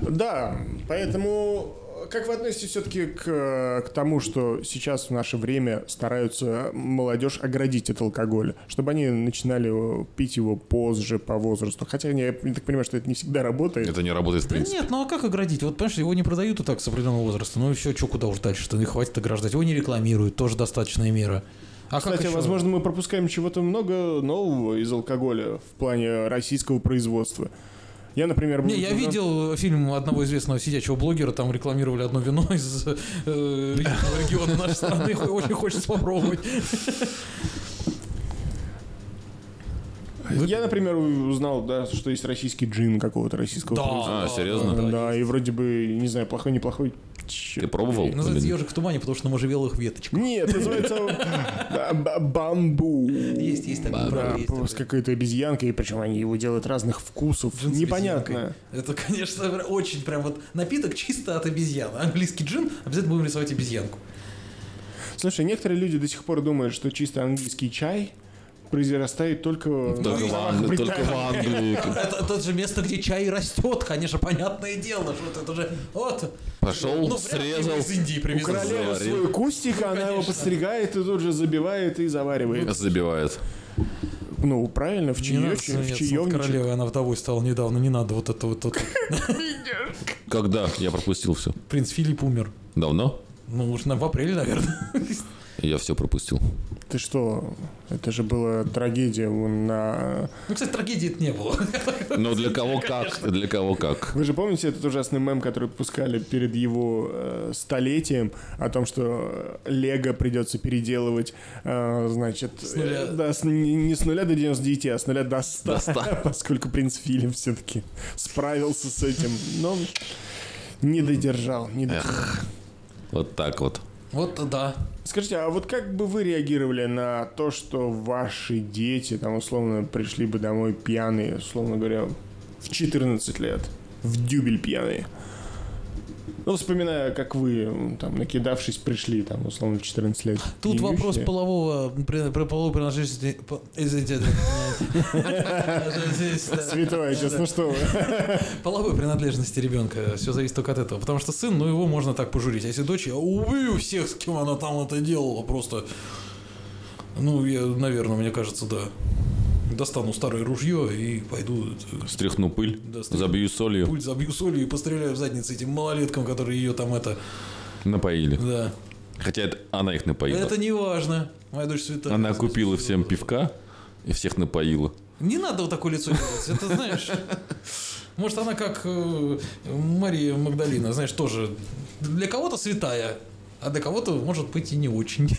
Speaker 2: Да, поэтому э, как вы относитесь все-таки к, э, к тому, что сейчас в наше время стараются молодежь оградить от алкоголя, чтобы они начинали э, пить его позже по возрасту? Хотя я так понимаю, что это не всегда работает.
Speaker 1: Это не работает в
Speaker 3: Да
Speaker 1: принципе.
Speaker 3: нет, ну а как оградить? Вот понимаешь, его не продают и так с определенного возраста. Ну и все, что куда уж дальше-то, и хватит ограждать. Его не рекламируют, тоже достаточная мера. А как
Speaker 2: Кстати,
Speaker 3: ещё?
Speaker 2: возможно, мы пропускаем чего-то много нового из алкоголя в плане российского производства. Я, например, был
Speaker 3: Не, я
Speaker 2: удивлен-
Speaker 3: видел э, фильм одного известного сидячего блогера, там рекламировали одно вино из э, южного региона нашей страны, хо- очень хочется попробовать.
Speaker 2: Я, например, узнал, да, что есть российский джин какого-то российского производства.
Speaker 1: А, серьезно?
Speaker 2: Да,
Speaker 3: да,
Speaker 2: и вроде бы, не знаю, плохой-неплохой.
Speaker 1: Ты пробовал?
Speaker 3: Называется
Speaker 1: Или-
Speaker 3: «Ежик в тумане», потому что на можжевелых веточках.
Speaker 2: Нет, называется б- б- бамбу.
Speaker 3: Есть, есть такое, правда,
Speaker 2: Да,
Speaker 3: есть
Speaker 2: с
Speaker 3: такое.
Speaker 2: какой-то обезьянкой, причем они его делают разных вкусов.
Speaker 3: Джин с
Speaker 2: Непонятно.
Speaker 3: обезьянкой. Это, конечно, пр- очень прям вот напиток чисто от обезьяны. Английский джин, обязательно будем рисовать обезьянку.
Speaker 2: Слушай, некоторые люди до сих пор думают, что чисто английский чай произрастает только в
Speaker 1: Только в
Speaker 2: островах
Speaker 1: Англии,
Speaker 2: Британии.
Speaker 1: только в Англии.
Speaker 3: Это тот же место, где чай растет, конечно, понятное дело, что вот это же вот.
Speaker 1: Пошел,
Speaker 3: Ну, вряд ли его
Speaker 1: срезал.
Speaker 3: из Индии привезут.
Speaker 2: Королева
Speaker 1: Заварил.
Speaker 2: свой кустик, а она его
Speaker 3: конечно.
Speaker 2: подстригает и тут же забивает и заваривает.
Speaker 1: Забивает.
Speaker 2: Ну, правильно, в
Speaker 3: Не надо
Speaker 2: чаевничек. В
Speaker 3: смеяться, вот
Speaker 2: чаевничек.
Speaker 3: королева, она вдовой стала недавно, не надо вот это вот. вот.
Speaker 1: Когда? Я пропустил все.
Speaker 3: Принц Филипп умер.
Speaker 1: Давно?
Speaker 3: Ну, уж на- в апреле, наверное.
Speaker 1: Я все пропустил.
Speaker 2: Ты что? Это же была трагедия вон на...
Speaker 3: Ну, кстати, трагедии это не было.
Speaker 1: Но для кого как? Для кого как?
Speaker 2: Вы же помните этот ужасный мем, который пускали перед его э, столетием о том, что э, Лего придется переделывать, э, значит,
Speaker 3: С нуля.
Speaker 2: э, да, с- не, не с нуля до 99, а с нуля до 100,
Speaker 1: До 100.
Speaker 2: поскольку принц Филипп все-таки справился с этим, но не додержал, не додержал.
Speaker 1: Вот так вот.
Speaker 3: Вот, да.
Speaker 2: Скажите, а вот как бы вы реагировали на то, что ваши дети, там, условно, пришли бы домой пьяные, условно говоря, в 14 лет, в дюбель пьяные? Ну, вспоминая, как вы, м, там, накидавшись, пришли, там, условно, в 14 лет.
Speaker 3: Тут
Speaker 2: пьющие.
Speaker 3: вопрос полового при- при- половой принадлежности. по- извините, это-
Speaker 2: Святое, честно, ну что вы.
Speaker 3: Половой принадлежности ребенка. Все зависит только от этого. Потому что сын, ну его можно так пожурить. А если дочь, я убью всех, с кем она там это делала. Просто. Ну, я, наверное, мне кажется, да. Достану старое ружье и пойду. это,
Speaker 1: Стряхну пыль,
Speaker 3: Да, стряхну.
Speaker 1: забью солью,
Speaker 3: пульт забью солью и постреляю в задницу этим малолеткам, которые ее там это...
Speaker 1: напоили.
Speaker 3: Да.
Speaker 1: Хотя это она их напоила.
Speaker 3: Это не важно. Моя дочь святая.
Speaker 1: Она купила всем пивка и всех напоила.
Speaker 3: Не надо вот такое лицо делать, это знаешь... Может, она как э, Мария Магдалина, знаешь, тоже для кого-то святая, а для кого-то, может быть, и не очень.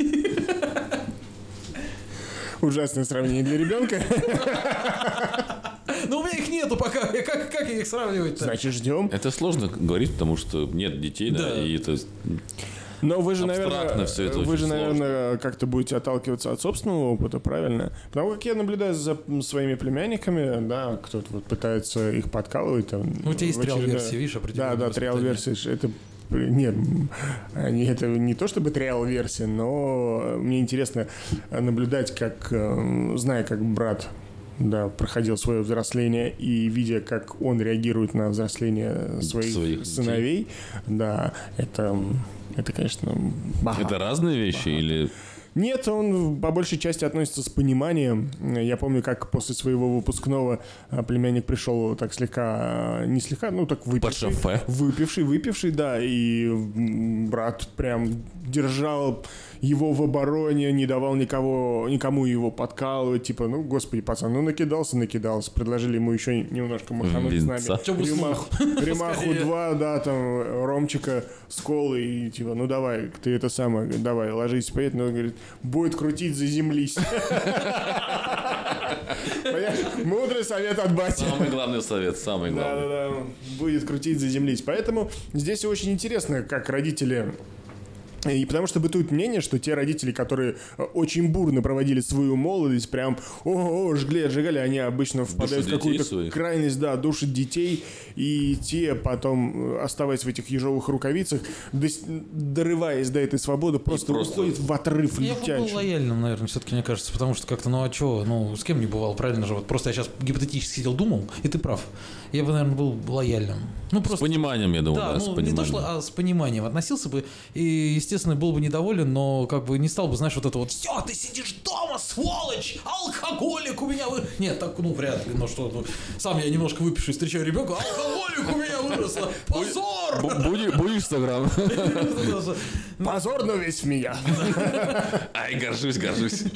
Speaker 2: Ужасное сравнение для ребенка.
Speaker 3: Но у меня их нету пока, Я как, как я их сравнивать-то?
Speaker 2: Значит, ждем.
Speaker 1: Это сложно говорить, потому что нет детей, да,
Speaker 3: Да.
Speaker 1: и это
Speaker 2: Но вы же,
Speaker 1: Абстрактно
Speaker 2: наверное,
Speaker 1: всё это
Speaker 2: вы
Speaker 1: очень
Speaker 2: же,
Speaker 1: сложно.
Speaker 2: наверное, как-то будете отталкиваться от собственного опыта, правильно? Потому как я наблюдаю за м, своими племянниками, да, кто-то вот пытается их подкалывать. Там,
Speaker 3: Ну, у тебя есть
Speaker 2: в очередной-
Speaker 3: триал-версия, видишь,
Speaker 2: Да,
Speaker 3: определенное
Speaker 2: да, триал-версия. ж- Это при- нет, м, они, это не то чтобы триал-версия, но э, мне интересно наблюдать, как, э, зная, как брат да, проходил свое взросление и видя, как он реагирует на взросление своих,
Speaker 1: Своих детей.
Speaker 2: сыновей, да, это, м, это, конечно, м, баха.
Speaker 1: Это разные вещи или...
Speaker 2: Нет, он по большей части относится с пониманием. Я помню, как после своего выпускного а, племянник пришел так слегка, а, не слегка, ну так выпивший.
Speaker 1: шофе.
Speaker 2: Выпивший, выпивший, да, и м, брат прям держал его в обороне, не давал никого, никому его подкалывать, типа, ну, господи, пацан, ну, накидался, накидался, предложили ему еще немножко махануть с
Speaker 1: Винца.
Speaker 2: нами.
Speaker 3: Чтоб уснул.
Speaker 2: Ремах- Ремаху
Speaker 3: Поскорее.
Speaker 2: 2, да, там, Ромчика с колой, и типа, ну, давай, ты это самое, давай, ложись, поедет, но он говорит, будет крутить, заземлись. Понимаешь? Мудрый совет от батя.
Speaker 1: Самый главный совет, самый
Speaker 2: Да,
Speaker 1: главный.
Speaker 2: да, да. Будет крутить, заземлить. Поэтому здесь очень интересно, как родители. И потому что бытует мнение, что те родители, которые э, очень бурно проводили свою молодость, прям о, жгли, отжигали, они обычно впадают в
Speaker 1: детей
Speaker 2: какую-то
Speaker 1: своих.
Speaker 2: крайность, да, душат детей, и те потом, э, оставаясь в этих ежовых рукавицах, дос- дорываясь до этой свободы, просто,
Speaker 1: просто-
Speaker 2: уходят в отрыв
Speaker 3: Я бы был
Speaker 2: летящий.
Speaker 3: лояльным, наверное, все-таки, мне кажется, потому что как-то, ну а что, ну с кем не бывал, правильно же, вот просто я сейчас гипотетически сидел, думал, и ты прав. Я бы, наверное, был лояльным. Ну
Speaker 1: С
Speaker 3: просто...
Speaker 1: пониманием, я думаю, да,
Speaker 3: Да,
Speaker 1: с
Speaker 3: ну не
Speaker 1: пониманием.
Speaker 3: то что, а с пониманием относился бы и, естественно, был бы недоволен, но как бы не стал бы, знаешь, вот это вот «Все, ты сидишь дома, сволочь! Алкоголик у меня вы...» Нет, так, ну, вряд ли, ну что, ну, сам я немножко выпишу и встречаю ребенка «Алкоголик у меня выросла! Позор!»
Speaker 1: Бу- буди- Будешь Инстаграм?
Speaker 2: Позор, но весь в меня.
Speaker 1: Ай, горжусь, горжусь.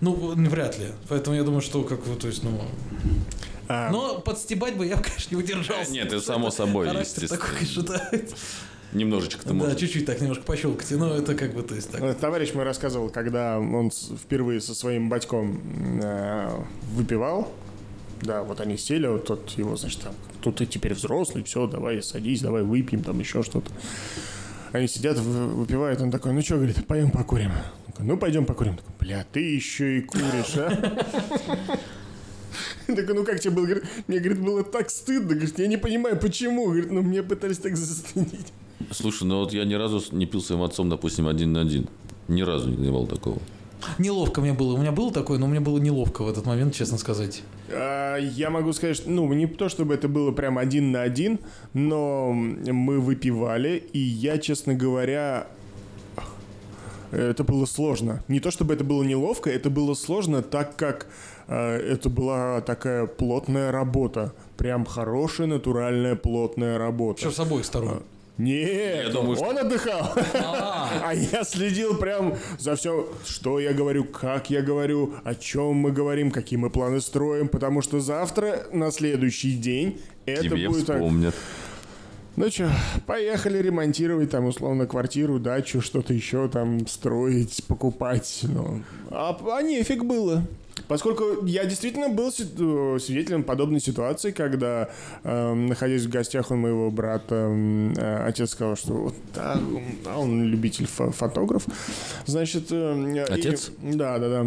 Speaker 3: Ну, вряд ли. Поэтому я думаю, что как бы, то есть, ну...
Speaker 2: А,
Speaker 3: Но подстебать бы я, бы, конечно, не удержался.
Speaker 1: Нет, это само собой,
Speaker 3: Характер такой, конечно,
Speaker 1: Немножечко ты
Speaker 3: да. Да,
Speaker 1: можешь.
Speaker 3: чуть-чуть так немножко пощелкать. Но это как бы, то есть, так.
Speaker 2: Э, Товарищ мой рассказывал, когда он с- впервые со своим батьком э, выпивал, да, вот они сели, вот тот его, значит, там, тут ты теперь взрослый, все, давай садись, давай выпьем, там еще что-то. Они сидят, в- выпивают, он такой, ну что, говорит, пойдем покурим. Он такой, ну пойдем покурим. Он такой, Бля, ты еще и куришь, а? Я Такой, ну как тебе было? Говорит, мне, говорит, было так стыдно. Говорит, я не понимаю, почему. Говорит, ну мне пытались так застыдить.
Speaker 1: Слушай, ну вот я ни разу с- не пил своим отцом, допустим, один на один. Ни разу не давал такого.
Speaker 3: Неловко мне было. У меня было такое, но мне было неловко в этот момент, честно сказать.
Speaker 2: А, Я могу сказать, что, ну, не то, чтобы это было прям один на один, но мы выпивали, и я, честно говоря, это было сложно. Не то, чтобы это было неловко, это было сложно, так как э, это была такая плотная работа. Прям хорошая, натуральная, плотная работа.
Speaker 3: Причем с обоих
Speaker 1: А.
Speaker 3: сторон.
Speaker 2: Нет,
Speaker 1: Я думаю, что-
Speaker 2: он отдыхал. А я следил прям за все, что я говорю, как я говорю, о чем мы говорим, какие мы планы строим, потому что завтра, на следующий день, это
Speaker 1: Тебе
Speaker 2: будет... так.
Speaker 1: вспомнят.
Speaker 2: Ну что, поехали ремонтировать там, условно, квартиру, дачу, что-то еще там строить, покупать. Ну. А, а нефиг было. Поскольку я действительно был си- э, свидетелем подобной ситуации, когда, э, находясь в гостях у моего брата, м, э, отец сказал, что вот так, м, а он любитель фо- фотограф. Значит, э, и-
Speaker 1: Отец?
Speaker 2: да, да, да.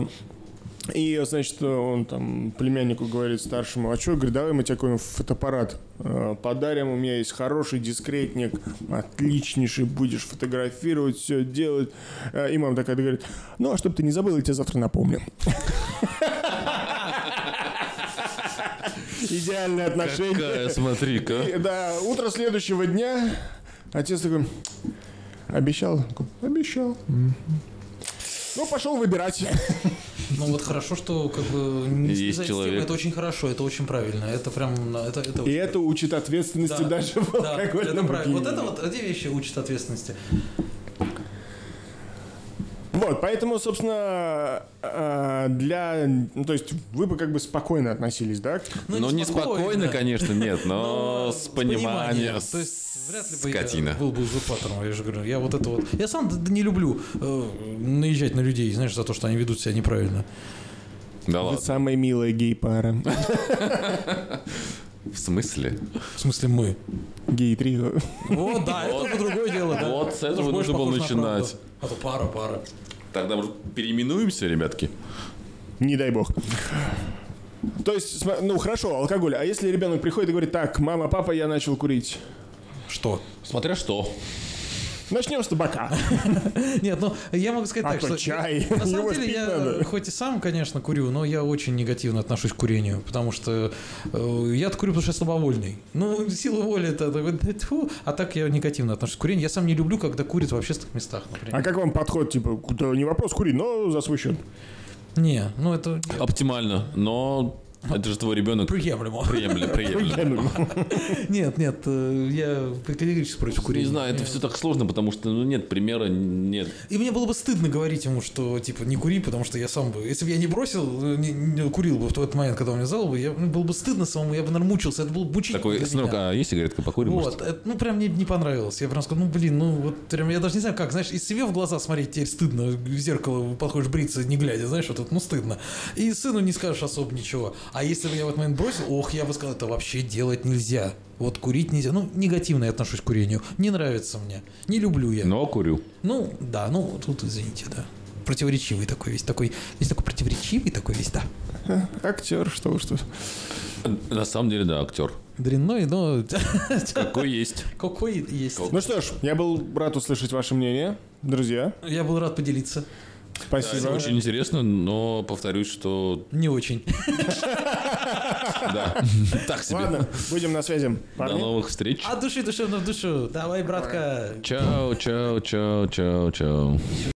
Speaker 2: И, значит, он там племяннику говорит старшему, а что, говорит, давай мы тебе какой-нибудь фотоаппарат э, подарим, у меня есть хороший дискретник, отличнейший, будешь фотографировать, все делать. Э, И мама такая говорит, ну, а чтобы ты не забыл, я тебе завтра напомню. Идеальное отношение.
Speaker 1: Какая, смотри-ка.
Speaker 2: И, Да, утро следующего дня отец такой, обещал? Обещал. М. Ну, пошел выбирать.
Speaker 3: Ну вот хорошо, что как бы не
Speaker 1: Есть
Speaker 3: связать с темой.
Speaker 1: человек.
Speaker 3: Это очень хорошо, это очень правильно. Это прям, на- это, это
Speaker 2: И
Speaker 3: очень-
Speaker 2: это учит ответственности
Speaker 3: Да,
Speaker 2: даже в
Speaker 3: да,
Speaker 2: алкогольном
Speaker 3: это правильно. Вот
Speaker 2: опьянении.
Speaker 3: это вот, эти вещи учат ответственности.
Speaker 2: Вот, поэтому, собственно, э, для... Ну, то есть вы бы как бы спокойно относились, да? к-
Speaker 1: Ну, не спокойно, конечно, нет, но с пониманием.
Speaker 3: То есть, вряд ли бы
Speaker 1: Скотина.
Speaker 3: я был бы узурпатором, я же говорю. Я вот это вот... Я сам д- не люблю э, наезжать на людей, знаешь, за то, что они ведут себя неправильно.
Speaker 1: Да
Speaker 2: Вы
Speaker 1: ладно.
Speaker 2: самая милая гей-пара.
Speaker 1: В смысле?
Speaker 3: В смысле мы.
Speaker 2: Гей 3.
Speaker 3: Вот, да, это уже другое дело. да.
Speaker 1: Вот с
Speaker 3: Это
Speaker 1: этого
Speaker 3: уже больше
Speaker 1: нужно было
Speaker 3: похоже на
Speaker 1: начинать.
Speaker 3: правду. А то пара, пара.
Speaker 1: Тогда может, переименуемся, ребятки?
Speaker 2: Не дай бог. То есть, см- ну хорошо, алкоголь. А если ребенок приходит и говорит, так, мама, папа, я начал курить.
Speaker 3: Что?
Speaker 1: Смотря что.
Speaker 2: Начнем с табака.
Speaker 3: Нет, ну я могу сказать
Speaker 2: А
Speaker 3: так,
Speaker 2: то
Speaker 3: что
Speaker 2: чай.
Speaker 3: на самом
Speaker 2: Его
Speaker 3: деле
Speaker 2: пить
Speaker 3: я э,
Speaker 2: надо.
Speaker 3: хоть и сам, конечно, курю, но я очень негативно отношусь к курению, потому что э, я курю, потому что я слабовольный. Ну, сила воли это, это вот, да тьфу. а так я негативно отношусь к курению. Я сам не люблю, когда курят в общественных местах, например.
Speaker 2: А как вам подход, типа, да не вопрос курить, но за свой счет? А
Speaker 3: Не, ну это
Speaker 1: Оптимально, но это же твой ребенок.
Speaker 3: приемлемо.
Speaker 1: Приемле, приемле.
Speaker 3: Нет, нет, э, я категорически против курения.
Speaker 1: Не знаю, это
Speaker 3: Я-
Speaker 1: все так сложно, потому что ну, нет примера, нет.
Speaker 3: И мне было бы стыдно говорить ему, что типа не кури, потому что я сам бы. Если бы я не бросил, э, не, не курил бы в тот момент, когда он мне зал бы, я ну, было бы стыдно самому, я бы наверное, мучился, это было бы мучительно.
Speaker 1: Такой,
Speaker 3: для
Speaker 1: сынок,
Speaker 3: меня.
Speaker 1: а есть сигаретка, покурим, может?
Speaker 3: Вот, это, ну прям мне не понравилось. Я прям сказал, ну блин, ну вот прям я даже не знаю, как, знаешь, и себе в глаза смотреть теперь стыдно, в зеркало подходишь бриться, не глядя, знаешь, вот это, ну стыдно. И сыну не скажешь особо ничего. А если бы я в этот момент бросил, ох, я бы сказал, это вообще делать нельзя. Вот курить нельзя. Ну, негативно я отношусь к курению. Не нравится мне. Не люблю я.
Speaker 1: Но курю.
Speaker 3: Ну, да, ну, тут, извините, да. Противоречивый такой весь, такой, весь такой противоречивый такой весь, да.
Speaker 2: Актер, что вы, что?
Speaker 1: На самом деле, да, актер.
Speaker 3: Дрянной, но
Speaker 1: Какой есть.
Speaker 3: какой есть.
Speaker 2: Ну что ж, я был рад услышать ваше мнение, друзья.
Speaker 3: Я был рад поделиться.
Speaker 1: Это
Speaker 2: Спасибо.
Speaker 1: очень интересно, но повторюсь, что
Speaker 3: Не очень.
Speaker 1: да, так себе.
Speaker 2: Ладно, будем на связи.
Speaker 1: До
Speaker 2: Парни,
Speaker 1: новых встреч.
Speaker 3: От души, душевно в душу. Давай, братка.
Speaker 1: Чао, чао, чао, чао, чао.